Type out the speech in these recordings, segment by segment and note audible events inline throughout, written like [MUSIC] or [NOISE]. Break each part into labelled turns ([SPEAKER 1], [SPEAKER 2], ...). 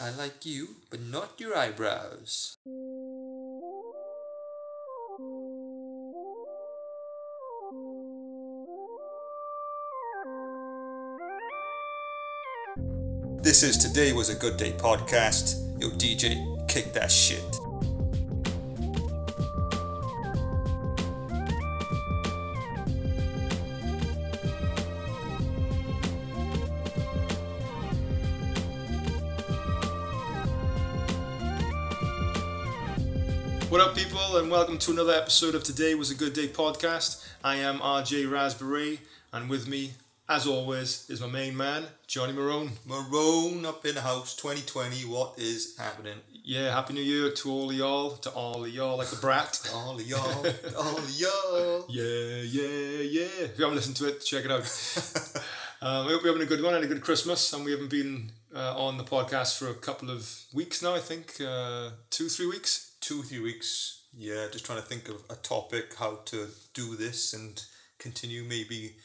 [SPEAKER 1] I like you, but not your eyebrows.
[SPEAKER 2] This is Today Was a Good Day podcast. Yo, DJ, kick that shit.
[SPEAKER 3] What up, people, and welcome to another episode of Today Was a Good Day podcast. I am RJ Raspberry, and with me, as always, is my main man, Johnny Marone.
[SPEAKER 2] Marone up in the house 2020. What is happening?
[SPEAKER 3] Yeah, Happy New Year to all of y'all, to all of y'all, like the
[SPEAKER 2] [LAUGHS]
[SPEAKER 3] brat.
[SPEAKER 2] All of y'all, all of y'all.
[SPEAKER 3] [LAUGHS] Yeah, yeah, yeah. If you haven't listened to it, check it out.
[SPEAKER 2] [LAUGHS]
[SPEAKER 3] um, I hope you're having a good one and a good Christmas, and we haven't been uh, on the podcast for a couple of weeks now, I think, uh, two, three weeks.
[SPEAKER 2] Two, three weeks. Yeah, just trying to think of a topic, how to do this and continue maybe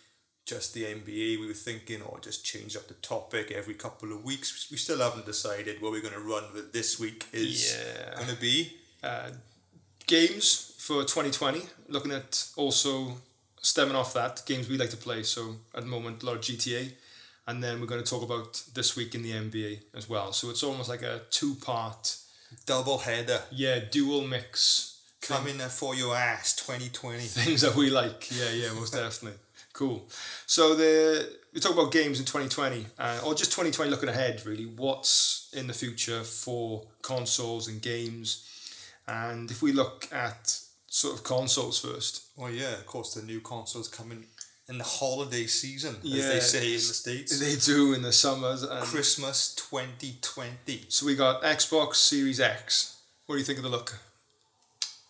[SPEAKER 2] just the NBA we were thinking, or just change up the topic every couple of weeks. We still haven't decided what we're going to run with this week is
[SPEAKER 3] Yeah.
[SPEAKER 2] going to be.
[SPEAKER 3] uh, games for 2020. Looking at also stemming off that games we like to play. So at the moment, a lot of GTA, and then we're going to talk about this week in the NBA as well. So it's almost like a two-part,
[SPEAKER 2] Double header
[SPEAKER 3] yeah, dual mix [LAUGHS]
[SPEAKER 2] coming for your ass 2020.
[SPEAKER 3] things that we like. Yeah, yeah, most definitely. Cool. So the we talk about games in 2020, uh, or just 2020 looking ahead, really. What's in the future for consoles and games? And if we look at sort of consoles first,
[SPEAKER 2] Well, Oh, yeah, of course, the new console's coming in the holiday season, as they
[SPEAKER 3] Yeah,
[SPEAKER 2] say in the
[SPEAKER 3] it's-
[SPEAKER 2] States.
[SPEAKER 3] They do in the summers. And
[SPEAKER 2] Christmas 2020.
[SPEAKER 3] so we got Xbox Series X. What do you think of the look?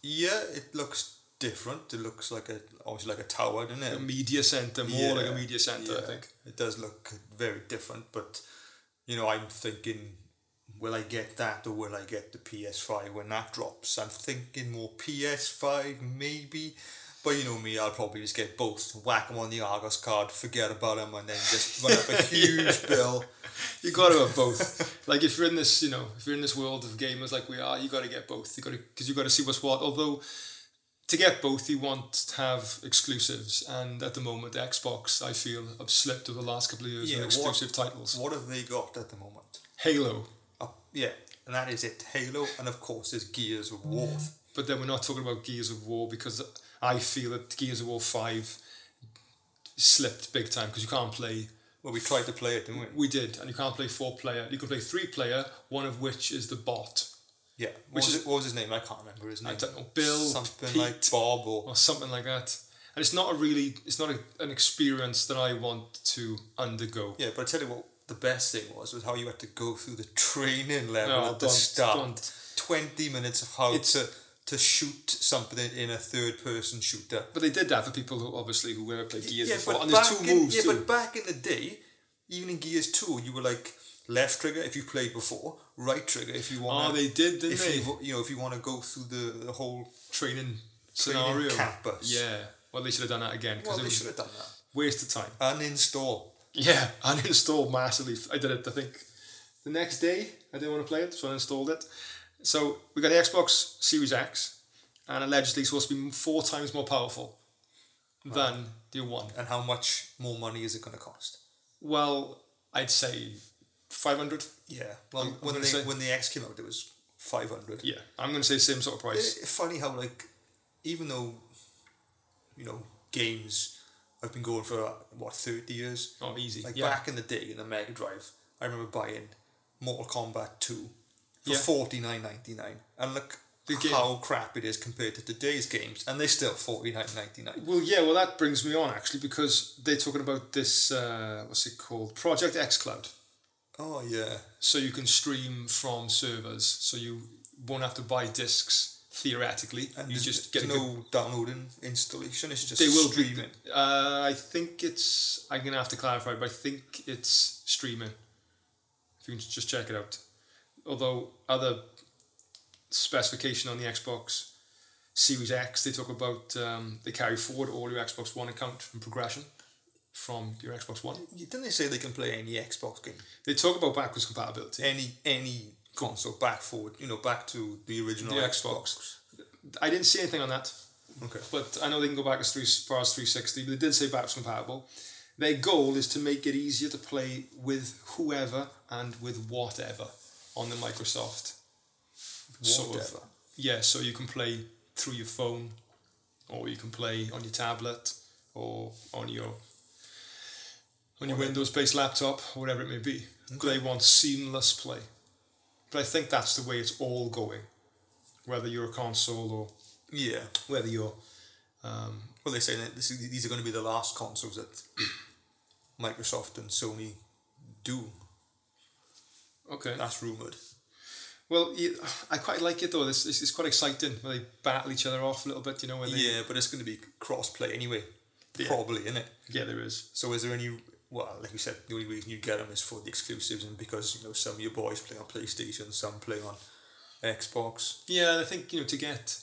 [SPEAKER 2] Yeah, it looks different. It looks like a obviously like a tower, doesn't
[SPEAKER 3] A
[SPEAKER 2] it?
[SPEAKER 3] media center, more
[SPEAKER 2] Yeah,
[SPEAKER 3] like a media center, I
[SPEAKER 2] yeah.
[SPEAKER 3] think.
[SPEAKER 2] It does look very different, but you know, I'm thinking, will I get that or will I get the PS5 when that drops? I'm thinking more PS5 maybe. But you know me, I'll probably just get both, whack them on the Argos card, forget about them, and then just run
[SPEAKER 3] [LAUGHS]
[SPEAKER 2] up a huge bill.
[SPEAKER 3] You got to
[SPEAKER 2] [LAUGHS]
[SPEAKER 3] have both. like if you're in this, you know, if you're in this world of gamers like we are, you got to get both. You got to because you got to see what's what. Although to get both, you want to have exclusives, and at the moment, Xbox I feel have slipped over the last couple of years
[SPEAKER 2] Yeah,
[SPEAKER 3] with
[SPEAKER 2] what-
[SPEAKER 3] exclusive titles.
[SPEAKER 2] What have they got at the moment?
[SPEAKER 3] Halo,
[SPEAKER 2] Oh, yeah, and that is it. Halo, and of course, there's Gears of War.
[SPEAKER 3] But then we're not talking about Gears of War because I feel that Gears of War 5 slipped big time because you can't play.
[SPEAKER 2] Well, we tried to play it, didn't we?
[SPEAKER 3] We did, and you can't play four player. You can play three player, one of which is the bot
[SPEAKER 2] Yeah. What,
[SPEAKER 3] Which
[SPEAKER 2] was,
[SPEAKER 3] is-
[SPEAKER 2] it- what was his name? I can't remember his name.
[SPEAKER 3] don't know, Bill,
[SPEAKER 2] Something
[SPEAKER 3] Pete.
[SPEAKER 2] like Bob or.
[SPEAKER 3] or something like that. And it's not a really, it's not a, an experience that I want to undergo.
[SPEAKER 2] Yeah, but I tell you what, the best thing was was how you had to go through the training level
[SPEAKER 3] No,
[SPEAKER 2] at the
[SPEAKER 3] don't-
[SPEAKER 2] start.
[SPEAKER 3] don't.
[SPEAKER 2] Twenty minutes of how
[SPEAKER 3] It's-
[SPEAKER 2] to to shoot something in a third person shooter.
[SPEAKER 3] But they did that for people who obviously who never played Gears
[SPEAKER 2] yeah,
[SPEAKER 3] before.
[SPEAKER 2] but
[SPEAKER 3] And there's
[SPEAKER 2] back
[SPEAKER 3] two
[SPEAKER 2] in,
[SPEAKER 3] moves
[SPEAKER 2] yeah,
[SPEAKER 3] too.
[SPEAKER 2] but back in the day, even in Gears Two, you were like left trigger if you played before, right trigger if you want.
[SPEAKER 3] oh, they did, didn't
[SPEAKER 2] if
[SPEAKER 3] they?
[SPEAKER 2] you you know if you want to go through the, the whole
[SPEAKER 3] Training scenario.
[SPEAKER 2] campus.
[SPEAKER 3] Yeah. Well, they should have done that again because
[SPEAKER 2] well they
[SPEAKER 3] it
[SPEAKER 2] should
[SPEAKER 3] was
[SPEAKER 2] have done that
[SPEAKER 3] waste of time.
[SPEAKER 2] uninstall
[SPEAKER 3] Yeah, [LAUGHS] and installed massively. I did it, I think, the next day. I didn't want to play it, so I installed it. So we got the Xbox Series X, and allegedly supposed to be four times more powerful than the one.
[SPEAKER 2] and how much more money is it going to cost
[SPEAKER 3] Well, I'd say 500.
[SPEAKER 2] yeah well
[SPEAKER 3] I'm- I'm
[SPEAKER 2] when,
[SPEAKER 3] gonna
[SPEAKER 2] they,
[SPEAKER 3] say-
[SPEAKER 2] when the X came out it was 500
[SPEAKER 3] Yeah, I'm going to say same sort of price.
[SPEAKER 2] It's funny how like even though you know games have been going for what 30 years
[SPEAKER 3] Oh, easy.
[SPEAKER 2] like
[SPEAKER 3] yeah.
[SPEAKER 2] back in the day in the Mega Drive I remember buying Mortal Kombat 2 for
[SPEAKER 3] Yeah.
[SPEAKER 2] 49.99 and look
[SPEAKER 3] The game-
[SPEAKER 2] how crap it is compared to today's games and they're still 49.99
[SPEAKER 3] Well, yeah, well, that brings me on actually because they're talking about this, uh, what's it called? Project X Cloud.
[SPEAKER 2] oh yeah
[SPEAKER 3] so you can stream from servers so you won't have to buy discs theoretically
[SPEAKER 2] And
[SPEAKER 3] you
[SPEAKER 2] there's-
[SPEAKER 3] just get
[SPEAKER 2] there's
[SPEAKER 3] a good-
[SPEAKER 2] no downloading installation. It's just
[SPEAKER 3] they will be-
[SPEAKER 2] streaming.
[SPEAKER 3] uh, i think it's i'm gonna have to clarify but i think it's streaming if you can just check it out although other specification on the xbox series x they talk about um, they carry forward all your xbox one account and progression from your Xbox One.
[SPEAKER 2] Didn't they say they can play any Xbox game?
[SPEAKER 3] They talk about backwards compatibility.
[SPEAKER 2] Any any console back forward, you know, back to the original
[SPEAKER 3] The
[SPEAKER 2] Xbox.
[SPEAKER 3] I didn't see anything on that,
[SPEAKER 2] Okay.
[SPEAKER 3] but I know they can go back as, three, as far as 360, but they did say backwards compatible. Their goal is to make it easier to play with whoever and with whatever on the Microsoft. sort of-
[SPEAKER 2] Whatever.
[SPEAKER 3] Yeah, so you can play through your phone, or you can play on your tablet, or on your on your Windows-based laptop, or whatever it may be. They want seamless play, but I think that's the way it's all going. Whether you're a console or
[SPEAKER 2] Yeah.
[SPEAKER 3] whether you're um,
[SPEAKER 2] Well, they say that this, is- these are going to be the last consoles that Microsoft and Sony do.
[SPEAKER 3] okay.
[SPEAKER 2] That's rumored.
[SPEAKER 3] Well, you- [SIGHS] I quite like it though. This it's quite exciting when they battle each other off a little bit. You know when they
[SPEAKER 2] Yeah, but it's going to be cross-play anyway,
[SPEAKER 3] Yeah.
[SPEAKER 2] probably, isn't it?
[SPEAKER 3] yeah there is
[SPEAKER 2] So is there any? Well, like you said, the only reason you get them is for the exclusives, and because you know some of your boys play on PlayStation, some play on Xbox.
[SPEAKER 3] yeah. And I think you know to get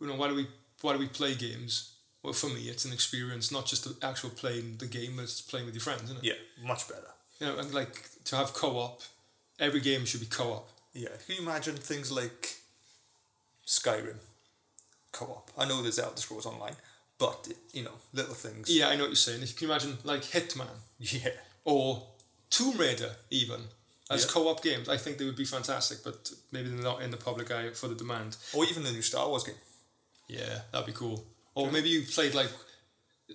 [SPEAKER 3] you know why do we why do we play games? Well, for me, it's an experience, not just the actual playing the game, but it's playing with your friends, isn't it?
[SPEAKER 2] Yeah, much better.
[SPEAKER 3] You know, and like to have co-op. Every game should be co-op.
[SPEAKER 2] Yeah, can you imagine things like Skyrim co-op? I know there's Elder Scrolls Online, but you know, little things.
[SPEAKER 3] Yeah, I know what you're saying. If you can imagine like Hitman
[SPEAKER 2] [LAUGHS] yeah,
[SPEAKER 3] or Tomb Raider even as
[SPEAKER 2] Yeah.
[SPEAKER 3] co-op games, I think they would be fantastic. But maybe they're not in the public eye for the demand.
[SPEAKER 2] or even the new Star Wars game.
[SPEAKER 3] Yeah, that'd be cool. Or maybe you played like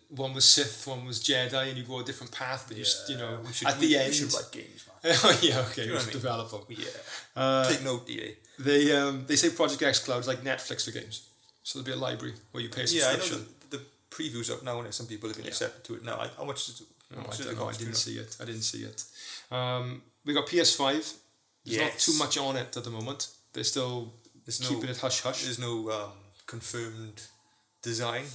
[SPEAKER 3] one was Sith, one was Jedi, and you go a different path, but you just, you know
[SPEAKER 2] we should,
[SPEAKER 3] at
[SPEAKER 2] we,
[SPEAKER 3] the
[SPEAKER 2] we
[SPEAKER 3] end.
[SPEAKER 2] should write games, man.
[SPEAKER 3] [LAUGHS] oh yeah, okay,
[SPEAKER 2] know
[SPEAKER 3] we
[SPEAKER 2] what I
[SPEAKER 3] should
[SPEAKER 2] mean?
[SPEAKER 3] develop them.
[SPEAKER 2] Yeah,
[SPEAKER 3] Uh,
[SPEAKER 2] take note, E EA.
[SPEAKER 3] they um, they say Project X Cloud is like Netflix for games, so there'll be a library where you pay a
[SPEAKER 2] Yeah, I know
[SPEAKER 3] subscription.
[SPEAKER 2] the, the previews up now, and some people have been
[SPEAKER 3] Yeah.
[SPEAKER 2] accepted to it now. I, how much is it? how
[SPEAKER 3] Oh,
[SPEAKER 2] much
[SPEAKER 3] I
[SPEAKER 2] does it
[SPEAKER 3] don't know. I
[SPEAKER 2] cost, you
[SPEAKER 3] didn't see it. I didn't see it. Um, we got PS Five. There's
[SPEAKER 2] Yes.
[SPEAKER 3] not too much on it at the moment. They're still
[SPEAKER 2] There's no-
[SPEAKER 3] keeping it hush hush. There's,
[SPEAKER 2] There's no um, confirmed design.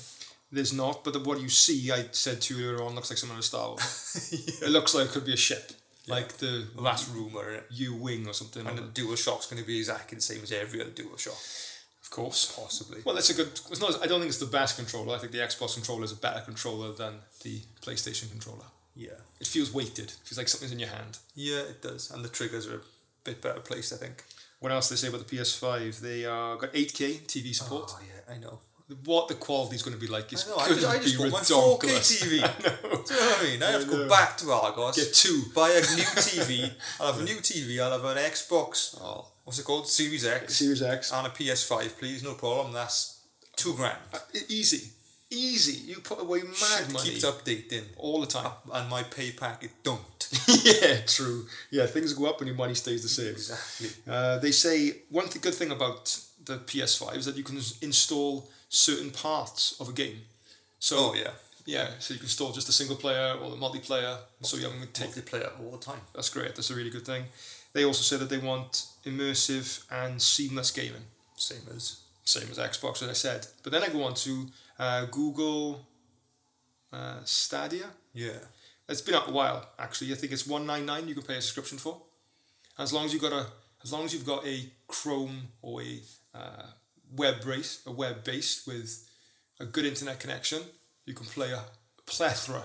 [SPEAKER 3] not, but the, what you see, I said to you earlier on, looks like someone of Star Wars.
[SPEAKER 2] [LAUGHS] yeah.
[SPEAKER 3] It looks like it could be a ship, like the
[SPEAKER 2] Well, that's rumor, innit?
[SPEAKER 3] U wing or something.
[SPEAKER 2] Mm-hmm. and
[SPEAKER 3] like
[SPEAKER 2] the
[SPEAKER 3] that.
[SPEAKER 2] Dual Shock's going to be exactly the same as every other Dual Shock,
[SPEAKER 3] Of course.
[SPEAKER 2] possibly.
[SPEAKER 3] Well, that's a good. It's not. I don't think it's the best controller. I think the Xbox controller is a better controller than the PlayStation controller.
[SPEAKER 2] yeah,
[SPEAKER 3] It feels weighted. It feels like something's in your hand.
[SPEAKER 2] yeah, it does, and the triggers are a bit better placed, I think.
[SPEAKER 3] What else they say about the PS5? They uh, got 8K TV support.
[SPEAKER 2] Oh yeah, I know.
[SPEAKER 3] What the quality is going to be like is
[SPEAKER 2] I know. I
[SPEAKER 3] going
[SPEAKER 2] just, I
[SPEAKER 3] to be
[SPEAKER 2] just want my 4K
[SPEAKER 3] ridiculous.
[SPEAKER 2] TV. [LAUGHS] Do you know what I mean? I have to
[SPEAKER 3] know.
[SPEAKER 2] go back to Argos.
[SPEAKER 3] Get two.
[SPEAKER 2] Buy a new [LAUGHS] TV. I'll have a new TV. I'll have an Xbox. Oh, what's it called? Series X
[SPEAKER 3] Series X.
[SPEAKER 2] and a PS5, please. No problem. That's two grand.
[SPEAKER 3] e-, Easy, easy. You put away mad
[SPEAKER 2] Shit
[SPEAKER 3] money
[SPEAKER 2] keeps updating,
[SPEAKER 3] all the time.
[SPEAKER 2] and my pay packet don't.
[SPEAKER 3] [LAUGHS] yeah, true. Yeah, things go up and your money stays the same.
[SPEAKER 2] Exactly.
[SPEAKER 3] Uh, they say one th- good thing about the PS5 is that you can s- install certain parts of a game. So
[SPEAKER 2] Oh yeah.
[SPEAKER 3] yeah, so you can install just a single player or the multiplayer. So you haven't take
[SPEAKER 2] Multiplayer all the time.
[SPEAKER 3] that's great. That's a really good thing. They also say that they want immersive and seamless gaming,
[SPEAKER 2] Same as
[SPEAKER 3] same as Xbox, as I said. But then I go on to uh, Google uh, Stadia.
[SPEAKER 2] [LAUGHS] yeah.
[SPEAKER 3] It's been up a while actually. I think it's one nine nine. You can pay a subscription for, as long as you've got a as long as you've got a Chrome or a uh, web base a web based with a good internet connection, you can play a plethora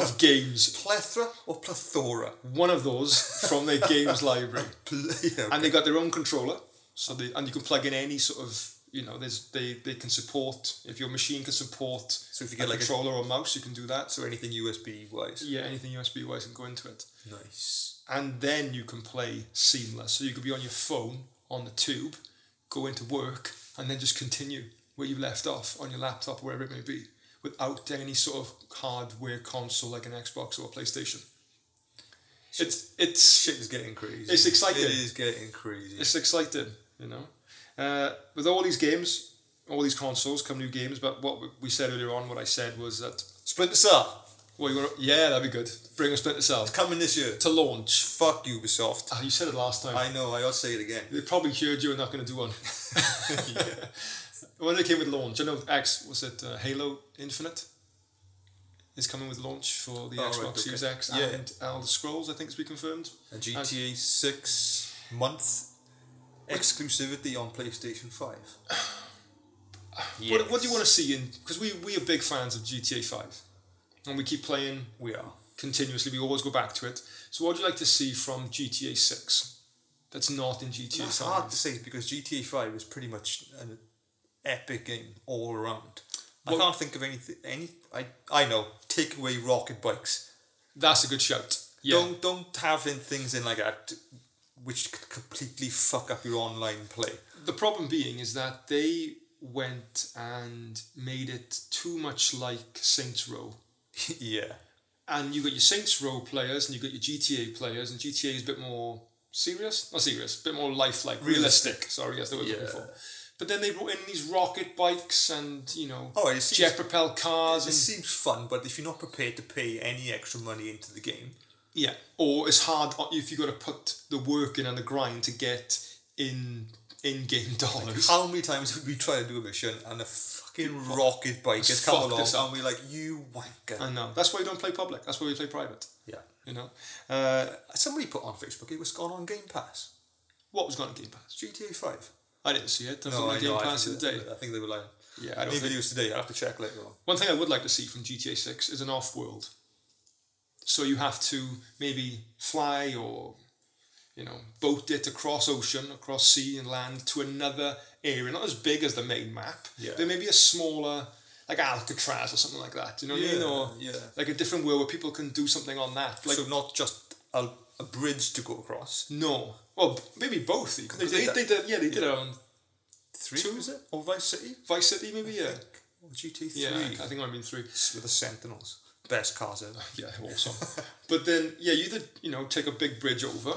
[SPEAKER 3] of
[SPEAKER 2] [LAUGHS]
[SPEAKER 3] games.
[SPEAKER 2] Plethora or plethora.
[SPEAKER 3] One of those from their
[SPEAKER 2] [LAUGHS]
[SPEAKER 3] games library,
[SPEAKER 2] Ple- yeah,
[SPEAKER 3] and they got their own controller. So they and you can plug in any sort of you know there's they they can support if your machine can support
[SPEAKER 2] So if you
[SPEAKER 3] a
[SPEAKER 2] get like a-
[SPEAKER 3] controller or mouse, you can do that. So
[SPEAKER 2] so anything USB wise.
[SPEAKER 3] yeah, anything USB wise can go into it.
[SPEAKER 2] Nice.
[SPEAKER 3] and then you can play seamless. So you could be on your phone on the tube, go into work, and then just continue where you left off on your laptop, wherever it may be, without any sort of hardware console like an Xbox or a PlayStation. It's it's
[SPEAKER 2] Shit is getting crazy.
[SPEAKER 3] It's exciting.
[SPEAKER 2] It is getting crazy.
[SPEAKER 3] it's exciting, you know. Uh, with all these games, all these consoles come new games. But what we said earlier on, what I said was that
[SPEAKER 2] Splinter Cell.
[SPEAKER 3] well, you wanna, yeah, that'd be good. Bring a Splinter Cell
[SPEAKER 2] It's coming this year.
[SPEAKER 3] to launch.
[SPEAKER 2] Fuck Ubisoft.
[SPEAKER 3] Ah, you said it last time.
[SPEAKER 2] I know, I'll say it again.
[SPEAKER 3] They probably heard you were not going to do
[SPEAKER 2] [LAUGHS]
[SPEAKER 3] one. When they came with launch, I know X was it uh, Halo Infinite is coming with launch for the
[SPEAKER 2] Oh, right,
[SPEAKER 3] Xbox
[SPEAKER 2] okay.
[SPEAKER 3] Series X
[SPEAKER 2] Yeah.
[SPEAKER 3] and Elder Scrolls. I think has been confirmed.
[SPEAKER 2] A GTA 6 month exclusivity on PlayStation 5.
[SPEAKER 3] [SIGHS] What, what do you want to see in? Because we we are big fans of GTA Five. and we keep playing
[SPEAKER 2] We are.
[SPEAKER 3] continuously. We always go back to it. So, what would you like to see from GTA Six that's not in GTA
[SPEAKER 2] It's hard
[SPEAKER 3] Five?
[SPEAKER 2] to say because GTA Five was pretty much an epic game all around.
[SPEAKER 3] Well-
[SPEAKER 2] I can't think of anything. Any I I know. Take away rocket bikes.
[SPEAKER 3] That's a good shout. Yeah,
[SPEAKER 2] Don't don't have in things in like that which could completely fuck up your online play.
[SPEAKER 3] the problem being is that they went and made it too much like Saints Row.
[SPEAKER 2] yeah.
[SPEAKER 3] and you got your Saints Row players and you got your GTA players, and GTA is a bit more serious, not serious, a bit more lifelike, realistic.
[SPEAKER 2] Realistic.
[SPEAKER 3] Sorry, that's the word I'm
[SPEAKER 2] Yeah.
[SPEAKER 3] looking for. But then they brought in these rocket bikes and you know
[SPEAKER 2] Oh, it seems,
[SPEAKER 3] jet propelled cars
[SPEAKER 2] it
[SPEAKER 3] and
[SPEAKER 2] seems fun, but if you're not prepared to pay any extra money into the game,
[SPEAKER 3] yeah, or it's hard if you got to put the work in and the grind to get in in game [LAUGHS] dollars.
[SPEAKER 2] how many times have we tried to do a mission and a fucking rocket bike has come
[SPEAKER 3] fucked
[SPEAKER 2] along
[SPEAKER 3] us up.
[SPEAKER 2] and we're like, you wanker.
[SPEAKER 3] I know that's why you don't play public. That's why we play private.
[SPEAKER 2] yeah.
[SPEAKER 3] You know uh,
[SPEAKER 2] Somebody put on Facebook it was gone on Game Pass.
[SPEAKER 3] what was going on Game Pass?
[SPEAKER 2] GTA 5.
[SPEAKER 3] I didn't see it. I was on my Game
[SPEAKER 2] know,
[SPEAKER 3] Pass the
[SPEAKER 2] think
[SPEAKER 3] other day.
[SPEAKER 2] they- I think they were like,
[SPEAKER 3] Yeah, I don't
[SPEAKER 2] any
[SPEAKER 3] think-
[SPEAKER 2] videos today, I'll have to check later on.
[SPEAKER 3] One thing I would like to see from GTA 6 is an off world. So you have to maybe fly or, you know, boat it across ocean, across sea and land to another area. Not as big as the main map.
[SPEAKER 2] Yeah.
[SPEAKER 3] There may be a smaller, like Alcatraz or something like that. You know what I mean? Or
[SPEAKER 2] yeah.
[SPEAKER 3] like a different world where people can do something on that. Like,
[SPEAKER 2] so not just a, a bridge to go across.
[SPEAKER 3] no. Well, b- maybe both.
[SPEAKER 2] they
[SPEAKER 3] They,
[SPEAKER 2] did
[SPEAKER 3] they,
[SPEAKER 2] that.
[SPEAKER 3] they did, yeah, they did it on
[SPEAKER 2] Three,
[SPEAKER 3] Two?
[SPEAKER 2] is it? Or Vice City?
[SPEAKER 3] Vice City, maybe? Yeah.
[SPEAKER 2] Or GTA 3?
[SPEAKER 3] Yeah, I think it might have been three.
[SPEAKER 2] With the Sentinels. Best cars ever.
[SPEAKER 3] Yeah, awesome. [LAUGHS] but then, yeah, you either you know take a big bridge over,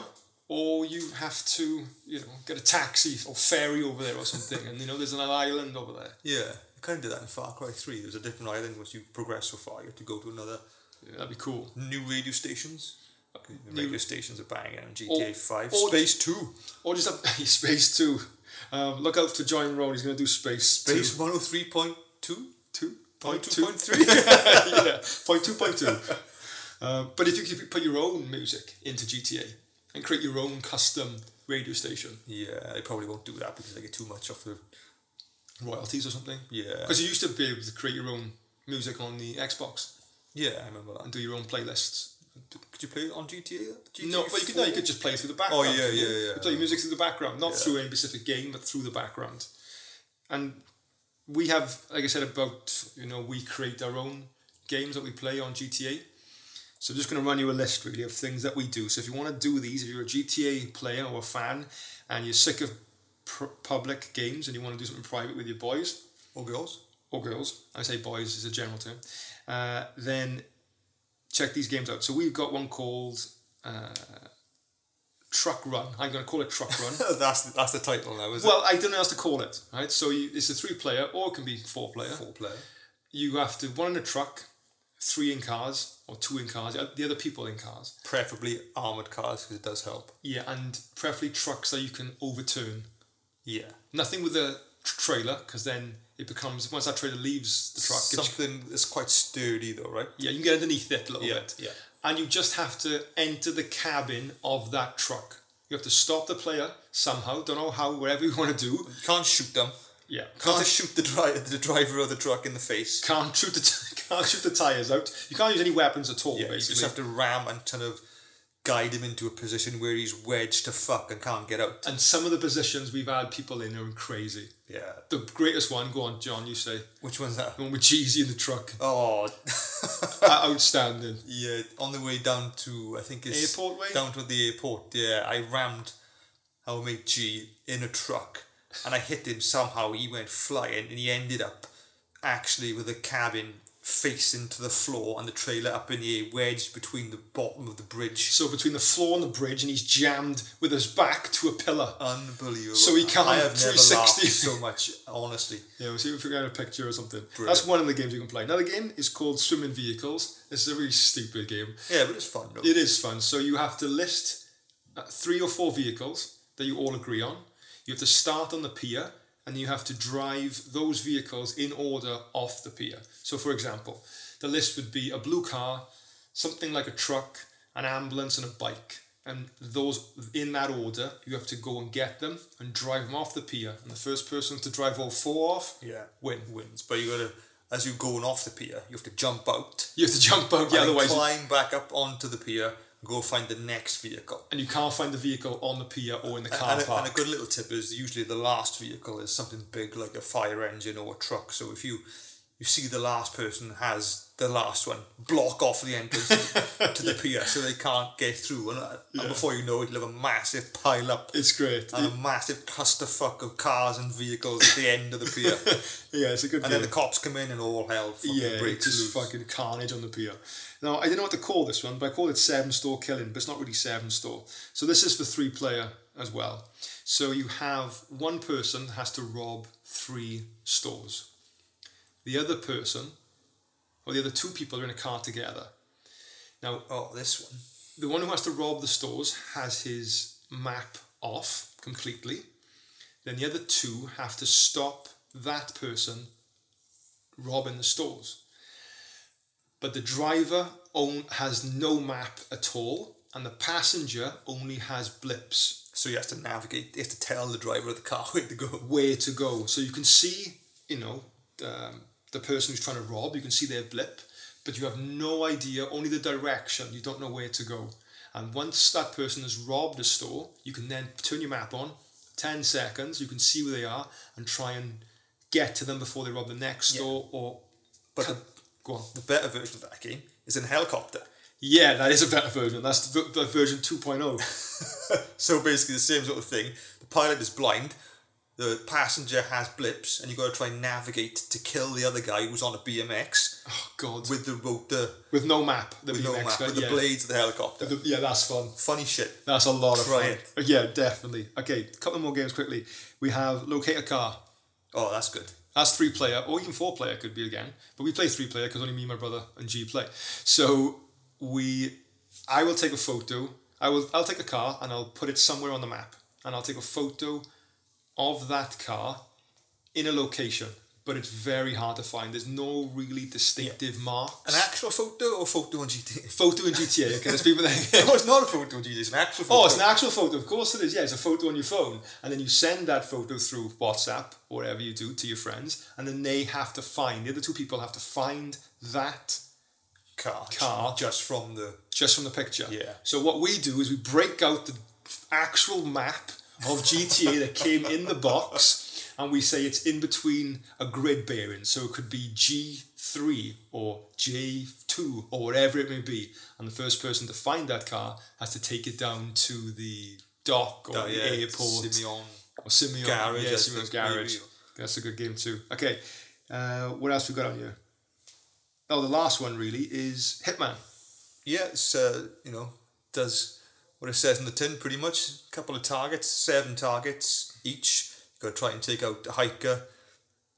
[SPEAKER 3] or you have to you know get a taxi or ferry over there or something, and you know there's an island over there.
[SPEAKER 2] Yeah, I kind of did that in Far Cry 3. There's a different island once you progress so far, you have to go to another.
[SPEAKER 3] Yeah, that'd be cool.
[SPEAKER 2] New radio stations. Okay, the
[SPEAKER 3] New-
[SPEAKER 2] radio stations are banging on GTA 5.
[SPEAKER 3] or-
[SPEAKER 2] Space 2.
[SPEAKER 3] Or just [LAUGHS] up space two. Um, look out for John Rowan. He's gonna do space
[SPEAKER 2] Space
[SPEAKER 3] two.
[SPEAKER 2] 103.2?
[SPEAKER 3] two.
[SPEAKER 2] Point
[SPEAKER 3] Point
[SPEAKER 2] two,
[SPEAKER 3] two.
[SPEAKER 2] point three.
[SPEAKER 3] [LAUGHS] yeah, point two, point two. Uh, but if you could put your own music into GTA and create your own custom radio station
[SPEAKER 2] [LAUGHS] yeah, they probably won't do that because they get too much off the.
[SPEAKER 3] royalties or something,
[SPEAKER 2] Yeah.
[SPEAKER 3] because you used to be able to create your own music on the Xbox.
[SPEAKER 2] Yeah, I remember that.
[SPEAKER 3] and do your own playlists.
[SPEAKER 2] Could you play it on GTA? GTA
[SPEAKER 3] No, but you could, Oh, no, you could just play it through the background.
[SPEAKER 2] yeah,
[SPEAKER 3] couldn't you?
[SPEAKER 2] yeah, yeah.
[SPEAKER 3] You play music through the background, not
[SPEAKER 2] Yeah.
[SPEAKER 3] through any specific game, but through the background. And we have, like I said, about you know we create our own games that we play on GTA. So I'm just going to run you a list really of things that we do. So if you want to do these, if you're a GTA player or a fan, and you're sick of pr- public games and you want to do something private with your boys,
[SPEAKER 2] Or girls? [LAUGHS]
[SPEAKER 3] or girls, I say boys is a general term, uh, then check these games out. So we've got one called uh, Truck Run. I'm going to call it Truck
[SPEAKER 2] [LAUGHS]
[SPEAKER 3] Run.
[SPEAKER 2] that's, that's the title now, is
[SPEAKER 3] well, I don't know how else to call it, right? So you, it's a three player or it can be four player.
[SPEAKER 2] it? Four player.
[SPEAKER 3] You have to one in a truck, three in cars, or two in cars, uh, the other people in cars.
[SPEAKER 2] Preferably armoured cars because it does help.
[SPEAKER 3] Yeah, and preferably trucks that you can overturn.
[SPEAKER 2] Yeah.
[SPEAKER 3] Nothing with a tr- trailer because then it becomes, once that trailer leaves the truck, it's-
[SPEAKER 2] Something that's quite sturdy though, right?
[SPEAKER 3] yeah, you can get underneath it a little
[SPEAKER 2] Yeah,
[SPEAKER 3] bit.
[SPEAKER 2] yeah.
[SPEAKER 3] and you just have to enter the cabin of that truck. You have to stop the player somehow. Don't know how, whatever you want to do.
[SPEAKER 2] You can't shoot them.
[SPEAKER 3] Yeah,
[SPEAKER 2] Can't
[SPEAKER 3] can't
[SPEAKER 2] shoot the, dri- the driver of the truck in the face.
[SPEAKER 3] can't shoot the t- [LAUGHS] can't shoot the tires out. You can't use any weapons at all.
[SPEAKER 2] Yeah, you
[SPEAKER 3] basically,
[SPEAKER 2] just have to ram and kind of guide him into a position where he's wedged to fuck and can't get out.
[SPEAKER 3] and some of the positions we've had people in are crazy.
[SPEAKER 2] Yeah.
[SPEAKER 3] The greatest one, go on, John. You say
[SPEAKER 2] Which one's that?
[SPEAKER 3] the one with Cheesy in
[SPEAKER 2] [LAUGHS]
[SPEAKER 3] the truck.
[SPEAKER 2] Oh,
[SPEAKER 3] Outstanding.
[SPEAKER 2] yeah. On the way down to, I think it's
[SPEAKER 3] Airport way?
[SPEAKER 2] down to the airport. Yeah, I rammed our mate G in a truck, and I hit him somehow. He went flying, and he ended up actually with the cabin facing to the floor and the trailer up in the air, wedged between the bottom of the bridge.
[SPEAKER 3] So between the floor and the bridge, and he's jammed with his back to a pillar.
[SPEAKER 2] Unbelievable.
[SPEAKER 3] So he can't
[SPEAKER 2] I have never
[SPEAKER 3] 360.
[SPEAKER 2] laughed so much. Honestly,
[SPEAKER 3] Yeah, we'll see if we can get a picture or something.
[SPEAKER 2] Brilliant.
[SPEAKER 3] That's one of the games you can play. Another game is called Swimming Vehicles. This is a really stupid game.
[SPEAKER 2] yeah, but it's fun. Though.
[SPEAKER 3] It is fun. So you have to list uh, three or four vehicles that you all agree on. You have to start on the pier and you have to drive those vehicles in order off the pier. So, for example, the list would be a blue car, something like a truck, an ambulance, and a bike. And those in that order, you have to go and get them and drive them off the pier. And the first person to drive all four off
[SPEAKER 2] Yeah.
[SPEAKER 3] win.
[SPEAKER 2] wins, but you gotta as you're going off the pier, you have to jump out.
[SPEAKER 3] You have to jump out. Yeah,
[SPEAKER 2] and then
[SPEAKER 3] otherwise,
[SPEAKER 2] climb back up onto the pier and go find the next vehicle.
[SPEAKER 3] and you can't find the vehicle on the pier or in the car
[SPEAKER 2] And a,
[SPEAKER 3] park.
[SPEAKER 2] and a good little tip is usually the last vehicle is something big like a fire engine or a truck. So if you you see the last person has the last one, block off the
[SPEAKER 3] [LAUGHS]
[SPEAKER 2] entrance to, to the pier so they can't get through. And, uh, and before you know it, you'll have a massive pile up
[SPEAKER 3] it's great.
[SPEAKER 2] and a massive clusterfuck of cars and vehicles at the end of the
[SPEAKER 3] [LAUGHS]
[SPEAKER 2] pier.
[SPEAKER 3] yeah, it's a good.
[SPEAKER 2] And then
[SPEAKER 3] pier.
[SPEAKER 2] the cops come in and all hell fucking
[SPEAKER 3] yeah,
[SPEAKER 2] breaks
[SPEAKER 3] just
[SPEAKER 2] loose.
[SPEAKER 3] fucking carnage on the pier. Now I didn't know what to call this one, but I called it Seven Store Killing, but it's not really Seven Store. So this is for three player as well. So you have one person has to rob three stores. The other person, or the other two people, are in a car together. Now
[SPEAKER 2] Oh, this one.
[SPEAKER 3] the one who has to rob the stores has his map off completely. Then the other two have to stop that person robbing the stores. But the driver own, has no map at all, and the passenger only has blips
[SPEAKER 2] So you have to navigate, you have to tell the driver of the car [LAUGHS] where to go.
[SPEAKER 3] where to go. So you can see, you know, um, the person who's trying to rob, you can see their blip, but you have no idea, only the direction. You don't know where to go. And once that person has robbed a store, you can then turn your map on, 10 seconds, you can see where they are and try and get to them before they rob the next store or.
[SPEAKER 2] But the,
[SPEAKER 3] Go on.
[SPEAKER 2] the better version of that game is in a helicopter.
[SPEAKER 3] Yeah, that is a better version. That's the, the version oh.
[SPEAKER 2] [LAUGHS]
[SPEAKER 3] 2.0.
[SPEAKER 2] So basically, the same sort of thing. The pilot is blind. The passenger has blips, and you got to try and navigate to kill the other guy who's on a BMX
[SPEAKER 3] Oh, God.
[SPEAKER 2] with
[SPEAKER 3] With,
[SPEAKER 2] the rotor,
[SPEAKER 3] no map. The
[SPEAKER 2] with no
[SPEAKER 3] BMX
[SPEAKER 2] map,
[SPEAKER 3] guy,
[SPEAKER 2] with the
[SPEAKER 3] yeah.
[SPEAKER 2] blades of the helicopter.
[SPEAKER 3] The- yeah, that's fun.
[SPEAKER 2] Funny shit.
[SPEAKER 3] That's a lot of
[SPEAKER 2] Try
[SPEAKER 3] fun. Uh, Yeah, definitely. Okay, a couple more games quickly. We have locate a car.
[SPEAKER 2] Oh, that's good.
[SPEAKER 3] That's three player, or even four player could be again. But we play three player because only me, my brother, and G play. So we, I will take a photo. I will. I'll take a car and I'll put it somewhere on the map, and I'll take a photo of that car in a location. But it's very hard to find. There's no really distinctive
[SPEAKER 2] An
[SPEAKER 3] marks.
[SPEAKER 2] actual photo or photo on GTA?
[SPEAKER 3] photo in GTA. Okay, there's
[SPEAKER 2] [LAUGHS]
[SPEAKER 3] people that
[SPEAKER 2] no, it's not a photo on GTA. It's an actual photo.
[SPEAKER 3] Oh, it's an actual photo. Of course it is. Yeah, it's a photo on your phone. And then you send that photo through WhatsApp or whatever you do to your friends. And then they have to find, the other two people have to find that
[SPEAKER 2] car.
[SPEAKER 3] Car.
[SPEAKER 2] Just from the
[SPEAKER 3] just from the picture.
[SPEAKER 2] Yeah.
[SPEAKER 3] So what we do is we break out the actual map of GTA that came in the box and we say it's in between a grid bearing. So it could be G3 or J2 or whatever it may be. And the first person to find that car has to take it down to the dock or
[SPEAKER 2] oh, yeah,
[SPEAKER 3] the airport
[SPEAKER 2] Simeon.
[SPEAKER 3] or Simeon.
[SPEAKER 2] Garage,
[SPEAKER 3] Yeah,
[SPEAKER 2] I
[SPEAKER 3] Simeon's
[SPEAKER 2] think, maybe.
[SPEAKER 3] Garage. That's a good game too. Okay, uh, what else we got on here? Oh, the last one really is Hitman.
[SPEAKER 2] Yeah, it's uh, you know does what it says in the tin pretty much. A couple of targets, seven targets each. You got to try and take out the hiker,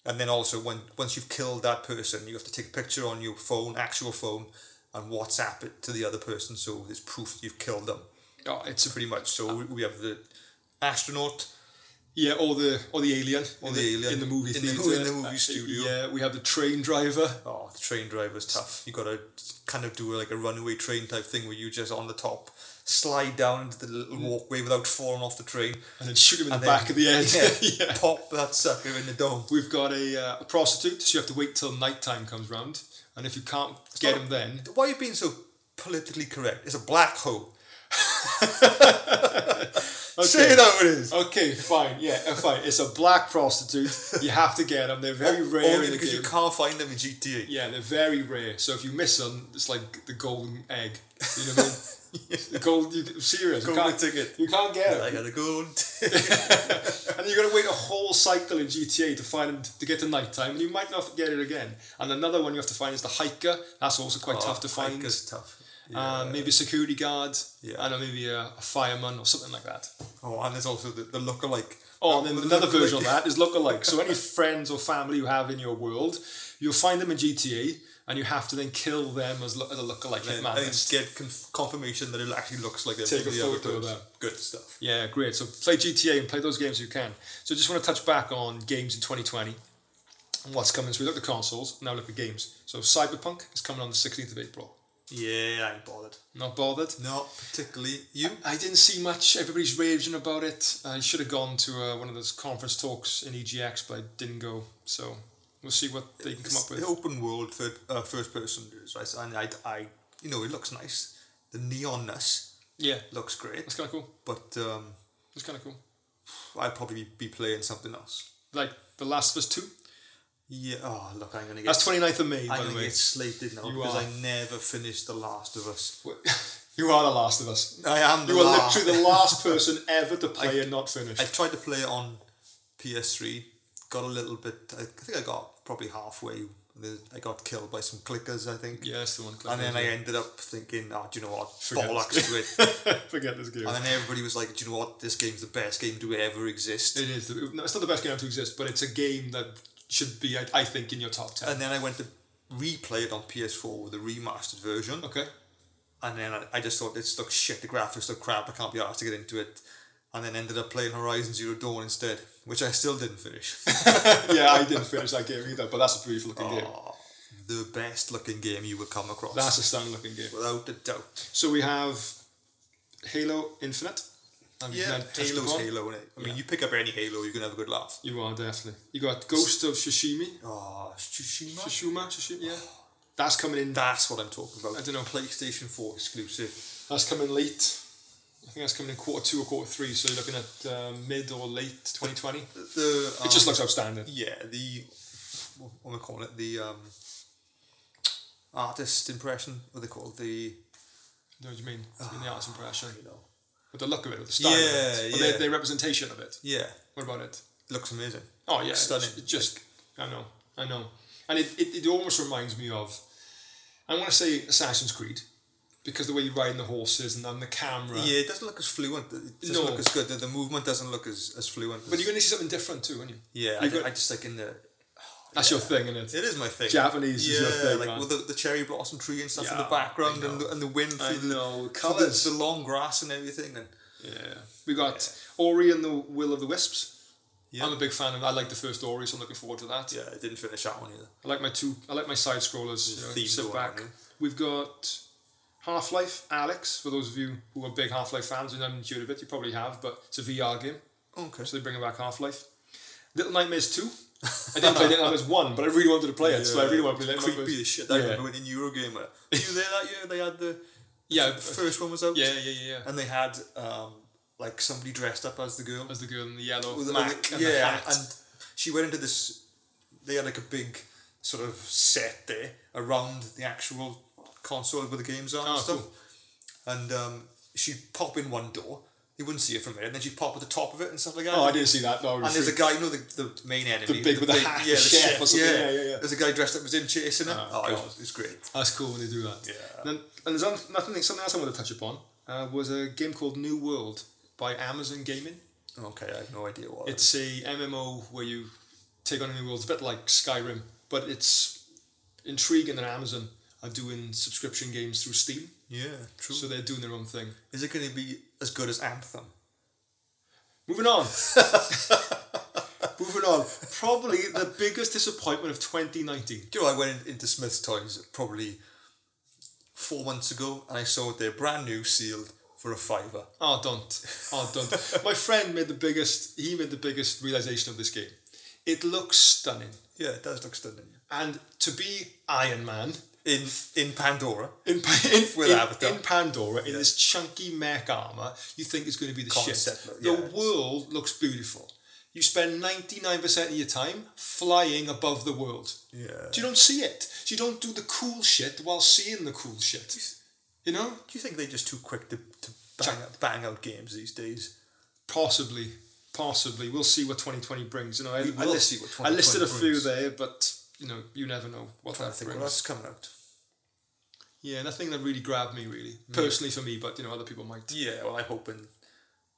[SPEAKER 2] and then also when once you've killed that person, you have to take a picture on your phone, actual phone, and WhatsApp it to the other person so there's proof that you've killed them.
[SPEAKER 3] Oh, it's a
[SPEAKER 2] Pretty much. So we, we have the astronaut.
[SPEAKER 3] Yeah, or the or the alien, or
[SPEAKER 2] the alien.
[SPEAKER 3] in the movie
[SPEAKER 2] In the-
[SPEAKER 3] theater,
[SPEAKER 2] in the movie
[SPEAKER 3] Uh,
[SPEAKER 2] studio.
[SPEAKER 3] Yeah, we have the train driver.
[SPEAKER 2] Oh, the train driver's tough. You got to kind of do like a runaway train type thing where you just on the top slide down into the little walkway without falling off the train.
[SPEAKER 3] and then shoot him in
[SPEAKER 2] And
[SPEAKER 3] the
[SPEAKER 2] then-
[SPEAKER 3] Mm. back of the head.
[SPEAKER 2] [LAUGHS] Yeah,
[SPEAKER 3] [LAUGHS] Yeah.
[SPEAKER 2] Pop that sucker in the dome.
[SPEAKER 3] We've got a, uh, a prostitute, so you have to wait till nighttime comes round, and if you can't get
[SPEAKER 2] not-
[SPEAKER 3] him then,
[SPEAKER 2] Why are you being so politically correct? It's a black hole.
[SPEAKER 3] [LAUGHS] okay.
[SPEAKER 2] Say it how it is.
[SPEAKER 3] Okay, fine, yeah, uh, fine. It's a black prostitute. You have to get them. They're very
[SPEAKER 2] [LAUGHS]
[SPEAKER 3] rare
[SPEAKER 2] Only
[SPEAKER 3] in the
[SPEAKER 2] because
[SPEAKER 3] game.
[SPEAKER 2] you can't find them in GTA.
[SPEAKER 3] Yeah, they're very rare. So if you miss them, it's like the golden egg. You know what I mean?
[SPEAKER 2] [LAUGHS]
[SPEAKER 3] The gold. You, serious. you
[SPEAKER 2] Golden
[SPEAKER 3] can't,
[SPEAKER 2] ticket.
[SPEAKER 3] You can't get 'em.
[SPEAKER 2] I gotta go.
[SPEAKER 3] And you're gonna wait a whole cycle in GTA to find him to get to nighttime, and you might not get it again. And another one you have to find is the hiker. That's also quite
[SPEAKER 2] [LAUGHS]
[SPEAKER 3] tough to find.
[SPEAKER 2] Oh, Hiker's tough.
[SPEAKER 3] Uh, maybe a security guard.
[SPEAKER 2] Yeah.
[SPEAKER 3] I don't know, maybe a, a fireman or something like that.
[SPEAKER 2] Oh, and there's also the, the lookalike.
[SPEAKER 3] Oh, and
[SPEAKER 2] The-
[SPEAKER 3] then
[SPEAKER 2] the
[SPEAKER 3] another version of
[SPEAKER 2] lookalike.
[SPEAKER 3] that is
[SPEAKER 2] [LAUGHS]
[SPEAKER 3] lookalike. So any friends or family you have in your world, you'll find them in GTA, and you have to then kill them as, lo- as a lookalike
[SPEAKER 2] And,
[SPEAKER 3] hitman.
[SPEAKER 2] and it's get conf- confirmation that it actually looks like they're
[SPEAKER 3] Take a
[SPEAKER 2] from the other
[SPEAKER 3] photo of
[SPEAKER 2] person.
[SPEAKER 3] that.
[SPEAKER 2] Good stuff.
[SPEAKER 3] Yeah, great. So play GTA and play those games if you can. So just want to touch back on games in 2020 and what's coming. So we looked at consoles, now look at games. So Cyberpunk is coming on the 16th of April.
[SPEAKER 2] Yeah, I ain't bothered.
[SPEAKER 3] Not bothered.
[SPEAKER 2] Not particularly. You?
[SPEAKER 3] I didn't see much. Everybody's raving about E it. I should have gone to uh, one of those conference talks in EGX, but I didn't go. So We'll see what they can come
[SPEAKER 2] It's
[SPEAKER 3] up with.
[SPEAKER 2] the open world for uh, first person is right, and I, I, you know, it looks nice. The neonness
[SPEAKER 3] Yeah,
[SPEAKER 2] looks great,
[SPEAKER 3] that's kind of cool.
[SPEAKER 2] but um,
[SPEAKER 3] That's kind of cool.
[SPEAKER 2] I'll probably be playing something else.
[SPEAKER 3] Like The Last of Us Two.
[SPEAKER 2] Yeah. Oh, look, I'm gonna get.
[SPEAKER 3] That's 29th of May, by
[SPEAKER 2] I'm
[SPEAKER 3] the
[SPEAKER 2] gonna
[SPEAKER 3] way.
[SPEAKER 2] get slated now
[SPEAKER 3] You
[SPEAKER 2] because
[SPEAKER 3] are.
[SPEAKER 2] I never finished The Last of Us.
[SPEAKER 3] [LAUGHS] you are the Last of Us.
[SPEAKER 2] I am. The
[SPEAKER 3] You are
[SPEAKER 2] last.
[SPEAKER 3] literally the last person ever to play and not finish.
[SPEAKER 2] I tried to play it on PS3. Got a little bit. I think I got probably halfway. then I got killed by some clickers. I think.
[SPEAKER 3] yeah, that's the one.
[SPEAKER 2] And then I ended up thinking, oh, do you know what?
[SPEAKER 3] Forget
[SPEAKER 2] Bollocks to it.
[SPEAKER 3] [LAUGHS]
[SPEAKER 2] [LAUGHS]
[SPEAKER 3] forget this game.
[SPEAKER 2] And then everybody was like, "Do you know what? This game's the best game to ever exist."
[SPEAKER 3] It is. The, no, it's not the best game to exist, but it's a game that should be, I, I think, in your top ten.
[SPEAKER 2] And then I went to replay it on PS4 with a remastered version,
[SPEAKER 3] okay.
[SPEAKER 2] and then I, I just thought this looks shit. The graphics look crap. I can't be asked to get into it, and then ended up playing Horizon Zero Dawn instead, which I still didn't
[SPEAKER 3] [LAUGHS]
[SPEAKER 2] finish.
[SPEAKER 3] yeah, I didn't finish that game either, but that's a brief looking game.
[SPEAKER 2] Oh, the best looking game you will come across,
[SPEAKER 3] That's a stunning looking game.
[SPEAKER 2] without a doubt.
[SPEAKER 3] So we have Halo Infinite. And
[SPEAKER 2] Yeah, Halo's
[SPEAKER 3] Halo.
[SPEAKER 2] Halo, innit? I mean, you pick up any Halo, you're gonna have a good laugh.
[SPEAKER 3] You are definitely. You got Ghost of Shishimi. Ah,
[SPEAKER 2] Oh, Tsushima.
[SPEAKER 3] Shishima, Shishima, yeah. That's coming in.
[SPEAKER 2] That's what I'm talking about.
[SPEAKER 3] I dunno.
[SPEAKER 2] PlayStation 4 exclusive.
[SPEAKER 3] That's coming late. I think that's coming in quarter two or quarter three. So you're looking at uh, mid or late 2020. It
[SPEAKER 2] The, um,
[SPEAKER 3] just looks outstanding.
[SPEAKER 2] yeah, the what what am I calling it? The um, artist impression. What they call it? the
[SPEAKER 3] You know what you mean? It's been the art's impression.
[SPEAKER 2] Ah, you know.
[SPEAKER 3] But the look of it, the style
[SPEAKER 2] Yeah,
[SPEAKER 3] of it, but
[SPEAKER 2] yeah.
[SPEAKER 3] the, the representation of it.
[SPEAKER 2] Yeah,
[SPEAKER 3] What about it?
[SPEAKER 2] looks amazing.
[SPEAKER 3] Oh yeah,
[SPEAKER 2] Stunning.
[SPEAKER 3] It's, it's just I know, I know, and it, it, it almost reminds me of I want to say Assassin's Creed because the way you're riding the horses and then the camera.
[SPEAKER 2] Yeah, it doesn't look as fluent. It doesn't
[SPEAKER 3] No.
[SPEAKER 2] look as good. The, the movement doesn't look as, as fluent.
[SPEAKER 3] But
[SPEAKER 2] as,
[SPEAKER 3] you're going to see something different too, aren't you?
[SPEAKER 2] yeah, I,
[SPEAKER 3] you've
[SPEAKER 2] ju-
[SPEAKER 3] got-
[SPEAKER 2] I just like in the.
[SPEAKER 3] That's your thing, isn't it?
[SPEAKER 2] It is my thing.
[SPEAKER 3] Japanese
[SPEAKER 2] yeah,
[SPEAKER 3] is your thing,
[SPEAKER 2] like
[SPEAKER 3] man.
[SPEAKER 2] with the, the cherry blossom tree and stuff in
[SPEAKER 3] Yeah,
[SPEAKER 2] the background,
[SPEAKER 3] I
[SPEAKER 2] and
[SPEAKER 3] know.
[SPEAKER 2] the, and the wind
[SPEAKER 3] I
[SPEAKER 2] through the,
[SPEAKER 3] know
[SPEAKER 2] through the,
[SPEAKER 3] colors.
[SPEAKER 2] the long grass and everything. And
[SPEAKER 3] Yeah, we got Ori and the Will of the Wisps.
[SPEAKER 2] Yeah.
[SPEAKER 3] I'm a big fan of. I like the first Ori, so I'm looking forward to that.
[SPEAKER 2] yeah, I didn't finish that one either.
[SPEAKER 3] I like my two. I like my side scrollers. You know,
[SPEAKER 2] Themed
[SPEAKER 3] sit
[SPEAKER 2] one,
[SPEAKER 3] back.
[SPEAKER 2] haven't you?
[SPEAKER 3] We've got Half Life Alex. For those of you who are big Half Life fans and haven't heard of it, you probably have. But it's a VR game,
[SPEAKER 2] Okay.
[SPEAKER 3] so they bring back Half Life. Little
[SPEAKER 2] [LAUGHS]
[SPEAKER 3] Nightmares Two. I didn't play Little Nightmares One, but I really wanted to play it, so I really want to play Little
[SPEAKER 2] Creepy
[SPEAKER 3] Nightmares.
[SPEAKER 2] as shit.
[SPEAKER 3] Yeah.
[SPEAKER 2] I remember when in Eurogamer. Were you there that year? They had the
[SPEAKER 3] Yeah,
[SPEAKER 2] the first one was out.
[SPEAKER 3] yeah, yeah, yeah, yeah.
[SPEAKER 2] and they had um, like somebody dressed up as the girl.
[SPEAKER 3] As the girl in the yellow
[SPEAKER 2] With-
[SPEAKER 3] Mac
[SPEAKER 2] with-
[SPEAKER 3] and the hat.
[SPEAKER 2] and she went into this. They had like a big sort of set there around the actual console where the games are
[SPEAKER 3] Oh,
[SPEAKER 2] and stuff. And um, she'd pop in one door. You wouldn't see her from there, and then she'd pop at the top of it and stuff like that.
[SPEAKER 3] oh, I didn't see that. No,
[SPEAKER 2] And there's a guy, you know, the, the main enemy,
[SPEAKER 3] big with the hat, the chef or something, yeah, yeah, yeah.
[SPEAKER 2] There's a guy dressed up as him chasing her.
[SPEAKER 3] Oh,
[SPEAKER 2] Oh, it
[SPEAKER 3] God.
[SPEAKER 2] was, it's great.
[SPEAKER 3] That's cool when they do that.
[SPEAKER 2] Yeah.
[SPEAKER 3] And, then, and there's un- nothing. Something else I want to touch upon uh, was a game called New World by Amazon Gaming.
[SPEAKER 2] Okay, I have no idea what. It's
[SPEAKER 3] It's a MMO where you take on a new world. It's a bit like Skyrim, but it's intriguing that Amazon are doing subscription games through Steam,
[SPEAKER 2] yeah, true.
[SPEAKER 3] so they're doing their own thing.
[SPEAKER 2] Is it going to be as good as Anthem?
[SPEAKER 3] Moving on. Moving on. Probably the biggest disappointment of 2019.
[SPEAKER 2] Do you know, I went into Smith's Toys probably four months ago and I saw their brand new sealed for a fiver.
[SPEAKER 3] Oh, don't. Oh, don't. My friend made the biggest, he made the biggest realization of this game. It looks stunning.
[SPEAKER 2] Yeah, it does look stunning.
[SPEAKER 3] And to be Iron Man,
[SPEAKER 2] In in Pandora,
[SPEAKER 3] in, Pa- in,
[SPEAKER 2] With
[SPEAKER 3] in,
[SPEAKER 2] Avatar.
[SPEAKER 3] in Pandora in this chunky mech armor you think is going to be the
[SPEAKER 2] Concept,
[SPEAKER 3] shit.
[SPEAKER 2] yeah,
[SPEAKER 3] the
[SPEAKER 2] it's-
[SPEAKER 3] world looks beautiful. You spend 99% of your time flying above the world.
[SPEAKER 2] yeah.
[SPEAKER 3] You don't see it. You don't do the cool shit while seeing the cool shit. You know?
[SPEAKER 2] Do you think they're just too quick to, to bang, out, bang out games these days?
[SPEAKER 3] Possibly. Possibly. We'll see what 2020 brings. You know, I,
[SPEAKER 2] We
[SPEAKER 3] I
[SPEAKER 2] will
[SPEAKER 3] list-
[SPEAKER 2] see what
[SPEAKER 3] I listed a
[SPEAKER 2] 2020
[SPEAKER 3] few
[SPEAKER 2] brings.
[SPEAKER 3] there, but, you know, you never know what
[SPEAKER 2] I
[SPEAKER 3] that
[SPEAKER 2] think
[SPEAKER 3] brings.
[SPEAKER 2] well, that's coming out.
[SPEAKER 3] yeah, nothing that really grabbed me, really.
[SPEAKER 2] Mm.
[SPEAKER 3] Personally for me, but, you know, other people might.
[SPEAKER 2] Yeah, well, I'm hoping